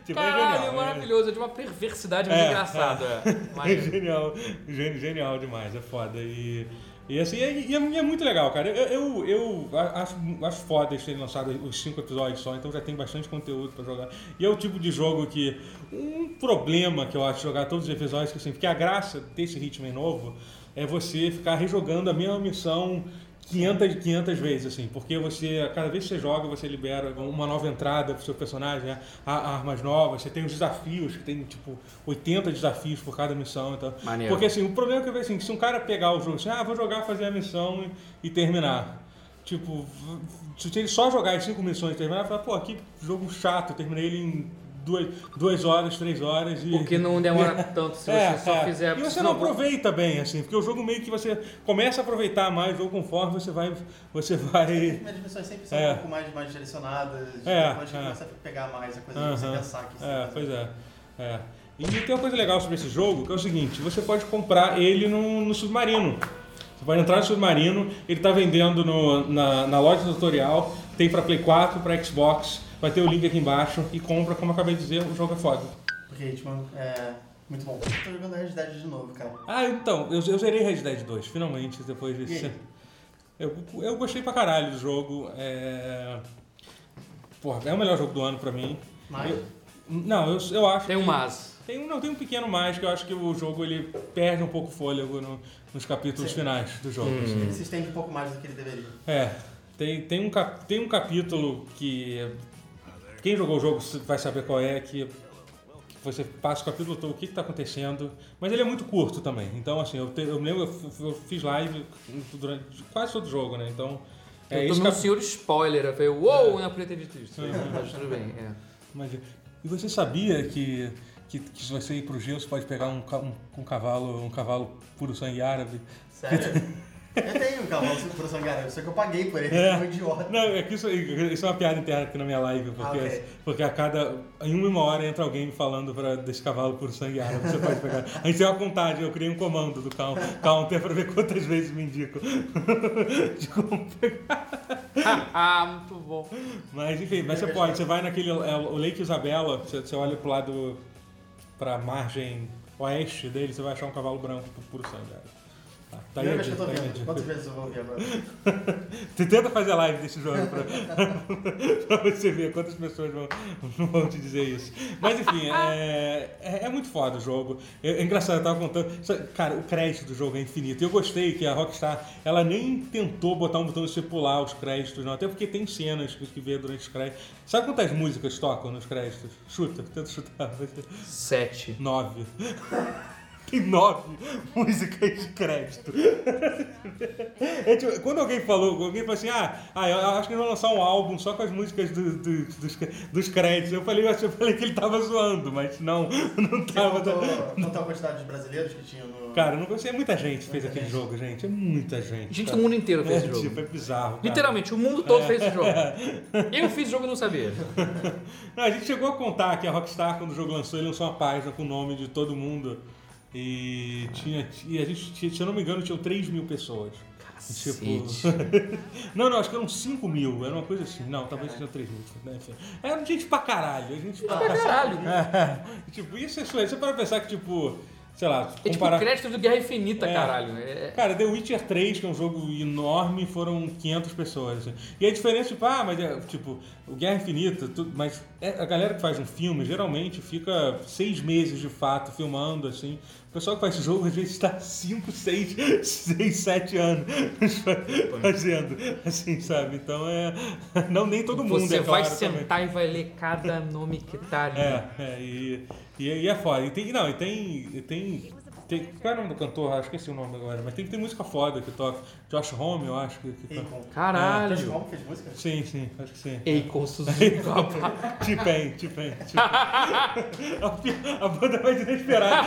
A: tipo,
C: Caralho,
A: é genial. né?
C: maravilhoso. É de uma perversidade muito
A: É, [LAUGHS]
C: engraçada. É.
A: É
C: Maneiro.
A: genial, gen- genial demais, é foda. E, e assim, é, e é- e é muito legal, cara. Eu, eu, eu a- acho, acho foda eles terem lançado os cinco episódios só, então já tem bastante conteúdo pra jogar. E é o tipo de jogo que. Um problema que eu acho de jogar todos os episódios, que assim, porque a graça desse Hitman novo é você ficar rejogando a mesma missão 500, 500 vezes, assim, porque você, cada vez que você joga, você libera uma nova entrada pro seu personagem, né? A- armas novas, você tem os desafios, que tem, tipo, 80 desafios por cada missão, então...
C: Maneiro.
A: Porque, assim, o problema é que, eu vejo, assim, se um cara pegar o jogo, assim, ah, vou jogar, fazer a missão e, e terminar... Tipo, v- se ele só jogar as cinco missões e terminar, vai falar, pô, que jogo chato, eu terminei ele em duas, duas horas, três horas e...
C: Porque não demora tanto se você
A: É,
C: só
A: é.
C: fizer.
A: E você não
C: vou-
A: aproveita bem, assim, porque o jogo meio que você começa a aproveitar mais o jogo conforme você vai. Você vai. [LAUGHS]
B: As missões sempre são
A: É.
B: um pouco mais, mais direcionadas,
A: É,
B: depois que
A: é.
B: começa a pegar mais a coisa de você
A: Aham.
B: pensar que
A: É,
B: você
A: pois é. é. E tem uma coisa legal sobre esse jogo, que é o seguinte, você pode comprar ele no, no submarino. Você pode entrar no submarino, ele tá vendendo no- na, na loja tutorial, tem pra Play 4, pra Xbox, vai ter o link aqui embaixo e compra, como eu acabei de dizer, o jogo é foda.
B: Porque Hitman é muito bom. Tô jogando Red Dead de novo, cara.
A: Ah, então, eu, eu zerei Red Dead 2, finalmente, depois
B: E
A: desse.
B: aí?
A: Eu, eu gostei pra caralho do jogo. É... Porra, é o melhor jogo do ano pra mim.
B: Mas-
A: Eu- Não, eu, eu acho
C: Tem
A: que-
C: um mas.
A: Tem um, não, tem um pequeno mais que eu acho que o jogo ele perde um pouco o fôlego no- nos capítulos finais do jogo.
C: Hum.
A: assim.
B: Ele se estende um pouco mais do que ele deveria.
A: É, tem, tem, um cap, tem um capítulo que. Quem jogou o jogo vai saber qual é, que você passa o capítulo todo, o que está acontecendo. Mas ele é muito curto também. Então, assim, eu, te- eu me lembro, eu, f- eu fiz live durante quase todo o jogo, né? Então. É
C: eu
A: isso
C: tomei
A: que É.
C: um senhor spoiler. Eu falei, uou, eu não podia ter dito isso. Mas tudo bem, é.
A: Imagina. E você sabia que, que, que se você ir pro gelo, você pode pegar um, ca- um, um cavalo, um cavalo puro sangue árabe?
B: Sério? eu tenho um cavalo pro Sangara, só que eu paguei por ele,
A: É.
B: é. um idiota.
A: Não, é que isso, isso é uma piada interna aqui na minha live, porque,
B: Ah, ok.
A: porque a cada. Em uma, e uma hora entra alguém me falando pra, desse cavalo por sangue árabe, você pode pegar. A gente tem uma contagem, eu criei um comando do coun- counter pra ver quantas vezes me [LAUGHS] indicam. De como pegar.
C: ah, muito bom.
A: Mas enfim, mas você pode, você vai naquele. é, o Lake Isabela, você, você olha pro lado. pra margem oeste dele, você vai achar um cavalo branco por puro sangue árabe. Tá, tá aí a
B: Primeira vez que eu
A: dica, tá aí a
B: tô vendo.
A: dica.
B: Quantas vezes eu vou ver agora?
A: Você tenta fazer a live desse jogo pra, pra [LAUGHS] você ver quantas pessoas vão, vão te dizer isso. Mas enfim, é, é- é muito foda o jogo. É, é engraçado, eu tava contando. Sa- Cara, o crédito do jogo é infinito. E eu gostei que a Rockstar ela nem tentou botar um botão de você pular os créditos, não. Até porque tem cenas que, que vê durante os créditos. Sabe quantas músicas tocam nos créditos? Chuta, tenta chutar. vai ser
C: Sete.
A: Nove. [LAUGHS] Tem nove músicas de crédito. É tipo, quando alguém falou, alguém falou assim, ah, ah, eu acho que eles vão lançar um álbum só com as músicas do- do- dos, dos créditos. Eu falei, eu achei- eu falei que ele tava zoando, mas não, [LAUGHS] não tava.
B: Contou- Contou a quantidade de brasileiros que tinha no.
A: Cara, eu não gostei. Muita gente fez aquele jogo, gente. É muita gente.
C: Gente
A: cara.
C: do mundo inteiro fez
A: é,
C: esse jogo.
A: Tipo, é bizarro. cara.
C: Literalmente, o mundo todo fez esse
A: [LAUGHS]
C: jogo. Eu fiz o jogo e não sabia.
A: Tipo, Não, a gente chegou a contar que a Rockstar, quando o jogo lançou, ele lançou uma página com o nome de todo mundo. E tinha. E a gente, tinha- se eu não me engano, tinham 3 mil pessoas. [LAUGHS] não, não, acho que eram 5 mil, era uma coisa assim. Não, talvez tinha 3 mil. Né? Enfim. Era gente pra caralho. A gente pra [LAUGHS]
C: [LAUGHS] Pra caralho.
A: tipo, isso é isso. aí. Você para pensar que, tipo, sei lá,
C: É tipo
A: comparar.
C: crédito do Guerra Infinita,
A: É.
C: caralho. É-
A: Cara, The Witcher 3, que é um jogo enorme, foram 500 pessoas. assim. E a diferença, tipo, ah, mas é, tipo, o Guerra Infinita, tudo, mas é- a galera que faz um filme geralmente fica seis meses de fato filmando, assim. O pessoal que faz jogo às vezes tá está 5, 6, 6, 7 anos [LAUGHS] fazendo, assim, sabe? Então é. [LAUGHS] Não nem todo mundo
C: Você
A: é
C: vai
A: claro, também.
C: sentar e vai ler cada nome que tá ali.
A: É, é, e, e, e é foda. E tem, não, e tem, e tem, tem. Qual é o nome do cantor? Acho que esqueci o nome agora, mas tem, tem música foda que toca. Josh Home, eu acho que, que toca.
B: Acon.
A: É,
B: Josh
A: tá
C: Caralho.
B: Homme fez música?
A: Sim, sim, acho que sim.
C: Ei,
A: [LAUGHS]
C: com Suzuki, rapaz.
A: T-Pain, T-Pain. T-Pain. [LAUGHS] a, pi- a banda mais inesperada.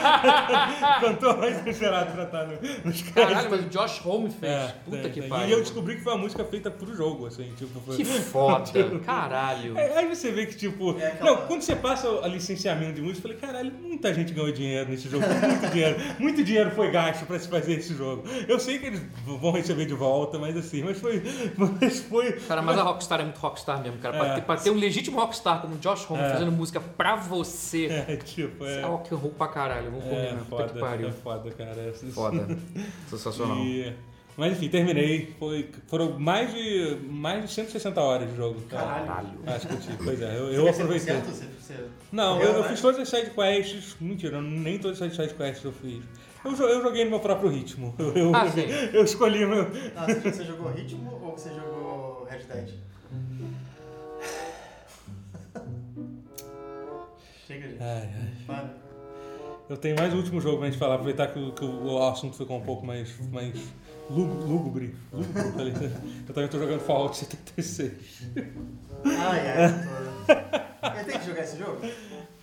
A: [LAUGHS] o cantor mais inesperado pra estar no, nos caras.
C: [LAUGHS] Caralho, mas o Josh Home fez.
A: É,
C: Puta
A: tem,
C: que
A: tem. E
C: pariu.
A: eu descobri que foi uma música feita pro jogo, assim, tipo, foi- [LAUGHS]
C: Que foda. Caralho.
A: É, Aí você vê que, tipo.
B: É aquela-
A: Não, quando você passa o licenciamento de música, eu falei, caralho, muita gente ganhou dinheiro nesse jogo. Muito dinheiro. Muito dinheiro foi gasto pra se fazer esse jogo. Eu sei que eles vão receber de volta, mas assim, mas foi. [LAUGHS] Mas foi.
C: Cara, mas a Rockstar é muito Rockstar mesmo, cara. Pra,
A: É.
C: ter, pra ter um legítimo Rockstar como o Josh Home
A: É.
C: fazendo música pra você.
A: É, tipo, é.
C: É. rock and roll pra caralho. Vamos
A: É,
C: combinar. Puta que
A: foda, é
C: pariu.
A: foda, cara. [LAUGHS] É-
C: Foda. Sensacional.
A: E- Mas enfim, terminei. Foi, foram mais de, mais de 160 horas de jogo. então, [LAUGHS]
B: Caralho.
A: Acho que eu tive. Pois é, eu,
B: Você
A: eu
B: quer
A: aproveitei.
B: 100%? Você- você-
A: Não, eu, eu
B: né?
A: fiz todas as sidequests. Mentira, nem todas as sidequests eu fiz. Eu, jo- eu joguei no meu próprio ritmo. [LAUGHS] Eu, eu,
C: Ah, sim.
A: eu escolhi o meu.
B: Ah, você você jogou ritmo ou você jogou Red Dead? Chega, gente.
A: Ai, ai.
B: Para.
A: Eu tenho mais o último jogo pra gente falar, aproveitar que, o- que o assunto ficou um pouco mais. mais lú- lúgubre. Lúgubre, eu falei. Eu também tô jogando Fallout 76.
B: Ai, ai, eu tô... Eu tenho que jogar esse jogo?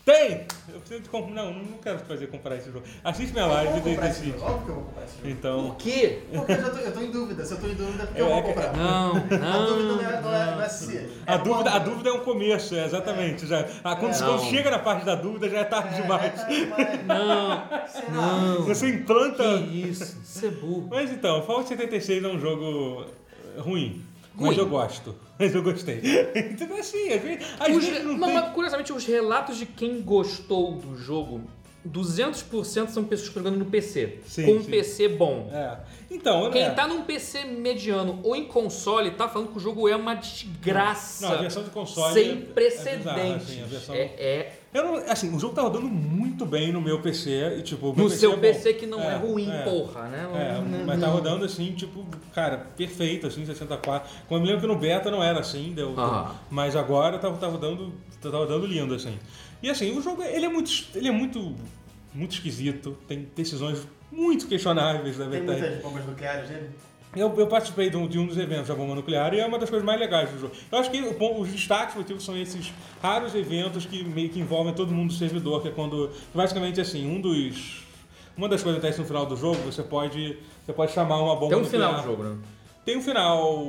A: Tem! Eu preciso de comprar. Não, não quero te fazer comprar esse jogo. Assiste minha
B: eu
A: live
B: vou
A: e
B: comprar esse
A: decide.
B: jogo. Óbvio que eu vou comprar esse jogo.
A: Então.
C: Por quê?
B: Porque eu, já tô, eu tô em dúvida. Se eu tô em dúvida, é porque [LAUGHS] eu
A: É,
B: vou
A: é-
B: comprar.
C: Não,
B: a dúvida não
C: não.
B: é, não é, não é se.
A: A
B: é
A: dúvida, a
B: quando.
A: dúvida é um começo, é, exatamente. Já, Ah, quando,
C: É.
A: quando
C: Não.
A: chega na parte da dúvida, já é tarde
B: É,
A: demais.
B: tá demais.
C: Não,
B: Será?
C: não.
A: Você implanta.
C: Que isso? Você é burro.
A: Mas então, Fallout 76 é um jogo eh, ruim. Mas
C: Ruim.
A: eu gosto. [LAUGHS] Mas eu gostei. Então assim, às vezes, às
C: Os
A: vezes
C: re-
A: não
C: mas,
A: tem...
C: mas, curiosamente, os relatos de quem gostou do jogo, 200% são pessoas jogando no PC.
A: Sim,
C: com um
A: sim.
C: PC bom.
A: É. Então, eu- é.
C: Quem tá num PC mediano ou em console tá falando que o jogo é uma desgraça.
A: Não, a versão de console é-
C: Sem
A: é bizarra,
C: precedentes.
A: assim, a versão-
C: É- é
A: Eu não, assim, o jogo tá rodando muito bem no meu PC e tipo, o meu
C: No seu
A: é bom.
C: PC que não é, ruim,
A: é.
C: porra, né?
A: É,
C: Não-
A: mas tá rodando assim, tipo, cara, perfeito, assim, 64. Quando eu me lembro que no beta não era assim, deu,
C: Aham.
A: mas agora tá, tá rodando, tá rodando lindo, assim. E assim, o jogo, ele é muito, es- ele é muito, muito esquisito, tem decisões muito questionáveis, na
B: Tem
A: verdade.
B: muitas bombas nucleares nele.
A: Eu, eu participei de um, de um dos eventos da bomba nuclear e é uma das coisas mais legais do jogo. Eu acho que o pon- os destaques motivos são esses raros eventos que meio que envolvem todo mundo do servidor, que é quando. Basicamente assim, um dos. Uma das coisas que acontece no final do jogo, você pode. Você pode chamar uma bomba
C: Tem um
A: nuclear.
C: final do jogo, né?
A: Tem um final.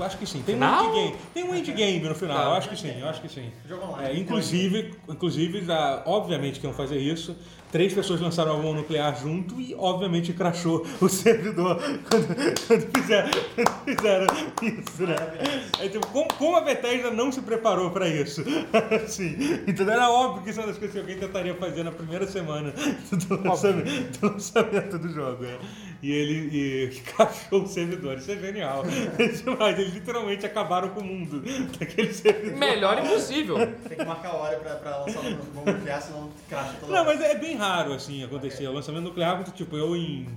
A: Acho que sim. Tem
C: Final?
A: um endgame. Tem um endgame no final.
C: Tá.
A: eu acho que sim, eu acho que sim.
B: Jogo online.
A: É, inclusive, inclusive já, obviamente que iam fazer isso. Três pessoas lançaram a bomba nuclear junto e, obviamente, crashou o [LAUGHS] servidor quando, quando fizeram, quando fizeram isso, né? É, tipo, como, como a Bethesda não se preparou pra isso? [LAUGHS] assim, então era óbvio que isso é uma das coisas que alguém tentaria fazer na primeira semana [LAUGHS] do lançamento, do lançamento do jogo. né? E ele e [LAUGHS] crashou o servidor. Isso é genial. É demais. Eles literalmente acabaram com o mundo daquele servidor.
C: né? Melhor impossível.
B: Tem que marcar a hora pra, pra lançar uma bomba nuclear, senão cracha toda
A: Não,
B: hora.
A: mas é bem raro, assim, acontecer. O lançamento nuclear, porque, tipo, eu em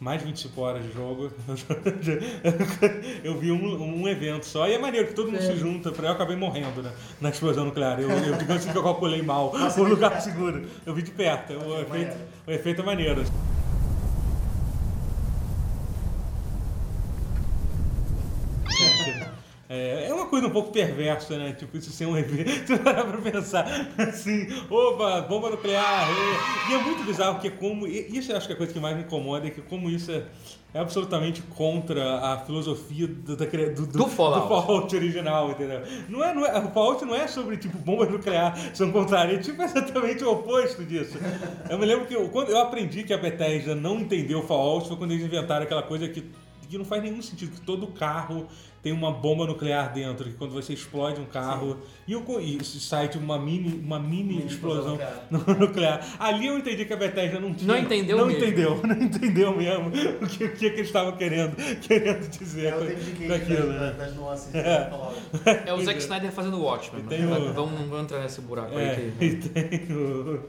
A: mais de 25 horas de jogo, [LAUGHS] eu vi um, um evento só. E é maneiro que todo mundo se junta. pra- Eu acabei morrendo né, na explosão nuclear. Eu, eu digo assim que eu calculei mal o lugar seguro. Eu vi de perto. O efeito, o efeito é maneiro. É, é uma coisa um pouco perversa, né? Tipo, isso ser um evento. [LAUGHS] Você parar pra pensar assim, opa, bomba nuclear. é. E é muito bizarro, porque como. e- Isso eu acho que é a coisa que mais me incomoda, é que como isso é, é absolutamente contra a filosofia do, da cria- do,
C: Do Fallout.
A: Fallout original, entendeu? Não é, não é, o Fallout não é sobre, tipo, bombas nucleares, são contrárias, é tipo [LAUGHS] exatamente o oposto disso. Eu me lembro que eu, quando eu aprendi que a Bethesda não entendeu o Fallout foi quando eles inventaram aquela coisa que, que não faz nenhum sentido, que todo carro tem uma bomba nuclear dentro, que quando você explode um carro e, o, co- e sai tipo, uma mini, uma mini,
B: Mini
A: explosão, [LAUGHS]
B: explosão
A: nuclear. Ali eu entendi que a Bethesda não tinha.
C: Não entendeu
A: Não
C: mesmo.
A: entendeu, [LAUGHS] não entendeu mesmo o que, o que eles estavam querendo, querendo dizer
B: É o David
A: com,
B: Cage
A: com aquilo,
B: das,
A: né?
B: das nuances de palavras.
C: É o
A: [LAUGHS]
C: Zack Snyder fazendo Watchmen.
A: E tem
C: né?
A: o-
C: Vamos, vamos entrar
A: [LAUGHS]
C: nesse buraco
A: É,
C: aí. Que...
A: e tem o.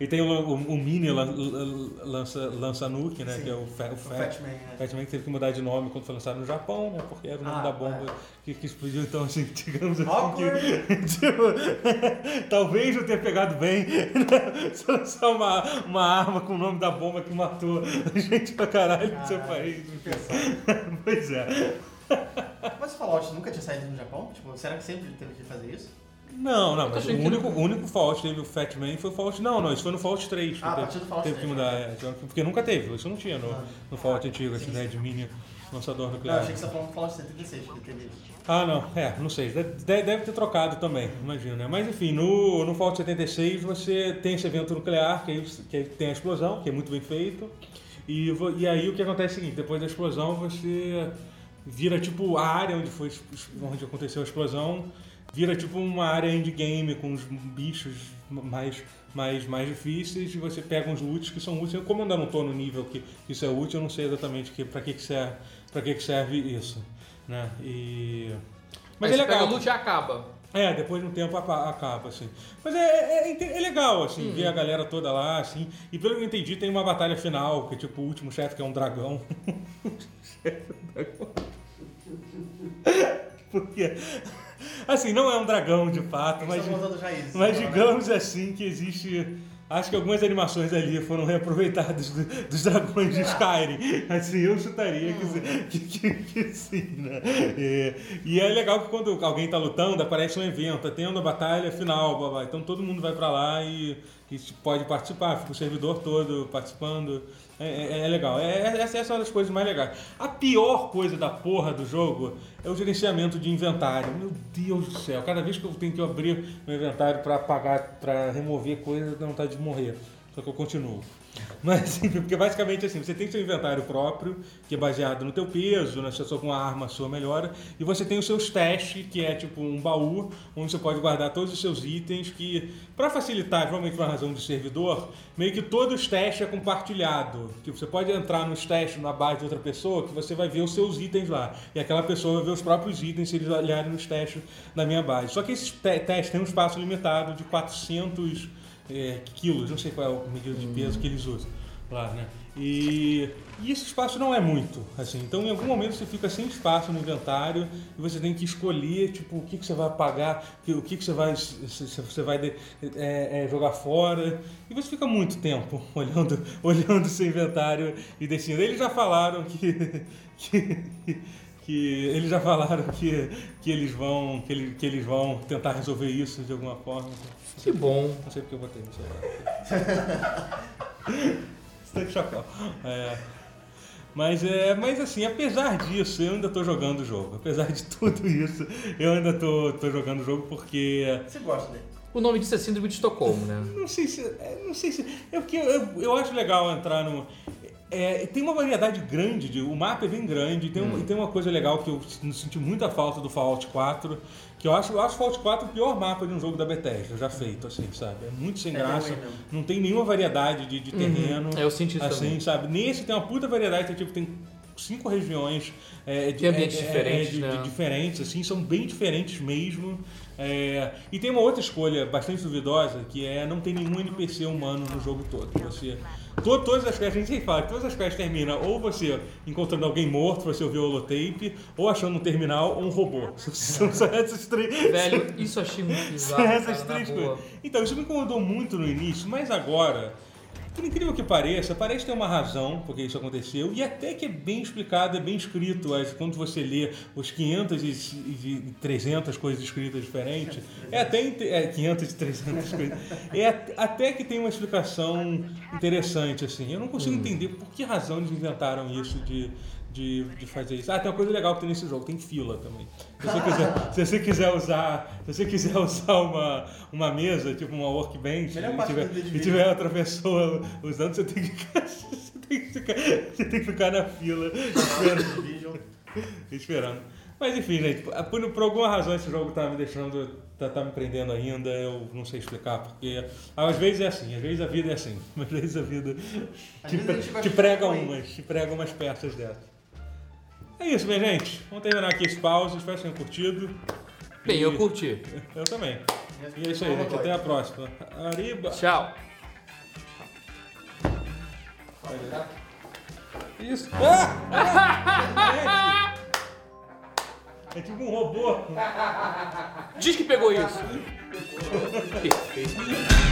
A: E tem o, o, o Mini lan- lan- lança, lança Nuke, né?
B: Sim.
A: Que é o, fa, o,
B: O
A: Fat-
B: Fat Man, né?
A: Batman que teve que mudar de nome quando foi lançado no Japão, né? Porque era o nome
B: Ah,
A: da bomba
B: é.
A: que, que explodiu, então assim, [LAUGHS] digamos assim
B: Awkward.
A: que. tipo, [LAUGHS] talvez eu tenha pegado bem né? [LAUGHS] se eu lançar uma, uma arma com o nome da bomba que matou gente pra caralho no seu
B: Caralho,
A: país. né.
B: que pesado.
A: pois é.
B: Mas o Fallout nunca tinha saído no Japão? Tipo, será que sempre teve que fazer isso?
A: Não, não, mas o
C: achando que
A: único, o único Fallout que teve o Fat Man foi o Fallout. Não, não, isso foi no Fallout 3. que
B: Ah, a
A: teve,
B: partir do Fallout
A: teve que
B: 3,
A: mudar, é, porque nunca teve, isso não tinha no,
B: Ah.
A: no Fallout antigo, essa ideia de mini lançador
B: Não, eu
A: nuclear.
B: achei que você falou do Fallout 76, que teve isso.
A: Ah, não, é, não sei. Deve, deve ter trocado também, imagino, né? Mas enfim, no, no Fallout 76 você tem esse evento nuclear, que, aí, que aí tem a explosão, que é muito bem feito. E, vo- e aí o que acontece é o seguinte: depois da explosão você vira tipo a área onde, foi, es- es- onde aconteceu a explosão, vira tipo uma área endgame com os bichos mais, mais, mais difíceis e você pega uns loots que são úteis. Eu, como eu ainda não tô no nível que isso é útil, eu não sei exatamente que, pra que, que serve, pra que, que serve isso. Né? E... Mas
C: Aí
A: é
C: você pega
A: legal.
C: o loot e acaba.
A: É, depois de um tempo apa- acaba, assim. Mas é, é, inte- é legal, assim,
C: Uhum.
A: ver a galera toda lá, assim. E pelo que eu entendi, tem uma batalha final, que tipo, o último chefe que é um dragão. [LAUGHS] Porque. Assim, não é um dragão de fato, mas.
B: Estão voltando tá já isso. né?
A: Mas digamos assim que existe. Acho que algumas animações ali foram reaproveitadas do- dos dragões de Skyrim. Assim, eu chutaria que, sim- que, que- que sim, né? É, e é legal que quando alguém tá lutando, aparece um evento, tá tendo a batalha final, blá, blá. então todo mundo vai pra lá e, e pode participar, fica o servidor todo participando. É, é- é legal. É, é- essa essa é uma das coisas mais legais. A pior coisa da porra do jogo é o gerenciamento de inventário. Meu Deus do céu. Cada vez que eu tenho que abrir meu inventário pra apagar, pra remover coisa, dá vontade de morrer. Só que eu continuo. [LAUGHS] Mas, enfim, porque basicamente assim, você tem seu inventário próprio, que é baseado no teu peso, na sua com a arma sua melhora, e você tem os seus testes, que é tipo um baú, onde você pode guardar todos os seus itens, que, para facilitar, provavelmente uma razão de servidor, meio que todos os testes é compartilhado. Tipo, você pode entrar nos testes na base de outra pessoa, que você vai ver os seus itens lá, e aquela pessoa vai ver os próprios itens se eles olharem nos testes na minha base. Só que esses te- testes têm um espaço limitado de 400 é, quilos, não sei qual é a medida de peso que eles usam lá, né? E, e esse espaço não é muito, assim. Então, em algum momento você fica sem espaço no inventário e você tem que escolher, tipo, o que, que você vai pagar, que- o que, que você vai, se- se você vai de- é, é, jogar fora. E você fica muito tempo [LAUGHS] olhando, olhando seu inventário e decidindo. Eles já falaram que- [LAUGHS] que que eles já falaram que, que eles vão que, ele- que eles vão tentar resolver isso de alguma forma.
C: Que bom.
A: Não sei porque eu botei no celular. [LAUGHS] Você tá de chapéu. É. Mas, é, mas assim, apesar disso, eu ainda tô jogando o jogo. Apesar de tudo isso, eu ainda tô, tô jogando o jogo porque
B: Você gosta dele.
C: O nome disso é Síndrome de Estocolmo, né?
A: não sei se. é, Não sei se. É porque eu, eu, eu acho legal entrar no. é, tem uma variedade grande, de, o mapa é bem grande, e tem,
C: Hum.
A: um- e tem uma coisa legal que eu s- senti muita falta do Fallout 4, que eu acho, eu acho o Fallout 4 o pior mapa de um jogo da Bethesda, já feito, assim, sabe? É muito sem
B: É
A: graça,
B: ruim mesmo.
A: não tem nenhuma variedade de, de terreno.
C: Uhum. É, Eu senti isso
A: assim,
C: também.
A: sabe? Nesse tem uma puta variedade, tem, tipo, tem cinco regiões é, de,
C: Tem ambientes
A: é, é,
C: diferentes,
A: de-
C: né?
A: de- diferentes, assim, são bem diferentes mesmo. É, e tem uma outra escolha bastante duvidosa, que é não tem nenhum NPC humano no jogo todo. Você, to- todas as quests, a gente sempre fala, que todas as quests terminam ou você encontrando alguém morto, você ouvir o holotape, ou achando um terminal ou um robô. [LAUGHS] São só essas três,
C: Velho, isso eu achei muito bizarro.
A: É, essas
C: cara, na
A: três
C: boa.
A: coisas. Então, isso me incomodou muito no início, mas agora, por incrível que pareça, parece ter uma razão porque isso aconteceu, e até que é bem explicado, é bem escrito. as- Quando você lê os 500 e e 300 coisas escritas diferentes, é até. inte- É, 500 e 300 coisas. É at- até que tem uma explicação interessante, assim. Eu não
C: Hum.
A: consigo entender por que razão eles inventaram isso de. De, de fazer isso. Ah, tem uma coisa legal que tem nesse jogo, tem fila também. Se você quiser, se você quiser usar, se você quiser usar uma, uma mesa, tipo uma workbench,
B: Melhor
A: e
B: parte
A: tiver,
B: do vídeo
A: e tiver tiver outra pessoa usando, você tem que ficar, [LAUGHS] você tem que ficar, você tem que ficar na fila esperando.
B: Vision.
A: esperando. Mas enfim, gente, por, por alguma razão esse jogo tá me deixando, tá, tá me prendendo ainda, eu não sei explicar, porque às vezes é assim, às vezes a vida é assim, [LAUGHS] às vezes a vida
B: Às
A: te,
B: vezes a gente vai
A: te prega um,
B: ficando ruim.
A: umas, te prega umas peças dessas. É isso, minha gente. Vamos terminar aqui esse pause, espero que tenham curtido.
C: Bem,
A: E-
C: eu curti.
A: Eu também. E é isso aí, gente. Até a próxima.
C: [LAUGHS]
A: Arriba!
C: Tchau.
A: Isso. Ah! Ah! É tipo um robô.
C: Diz que pegou isso. Perfeito.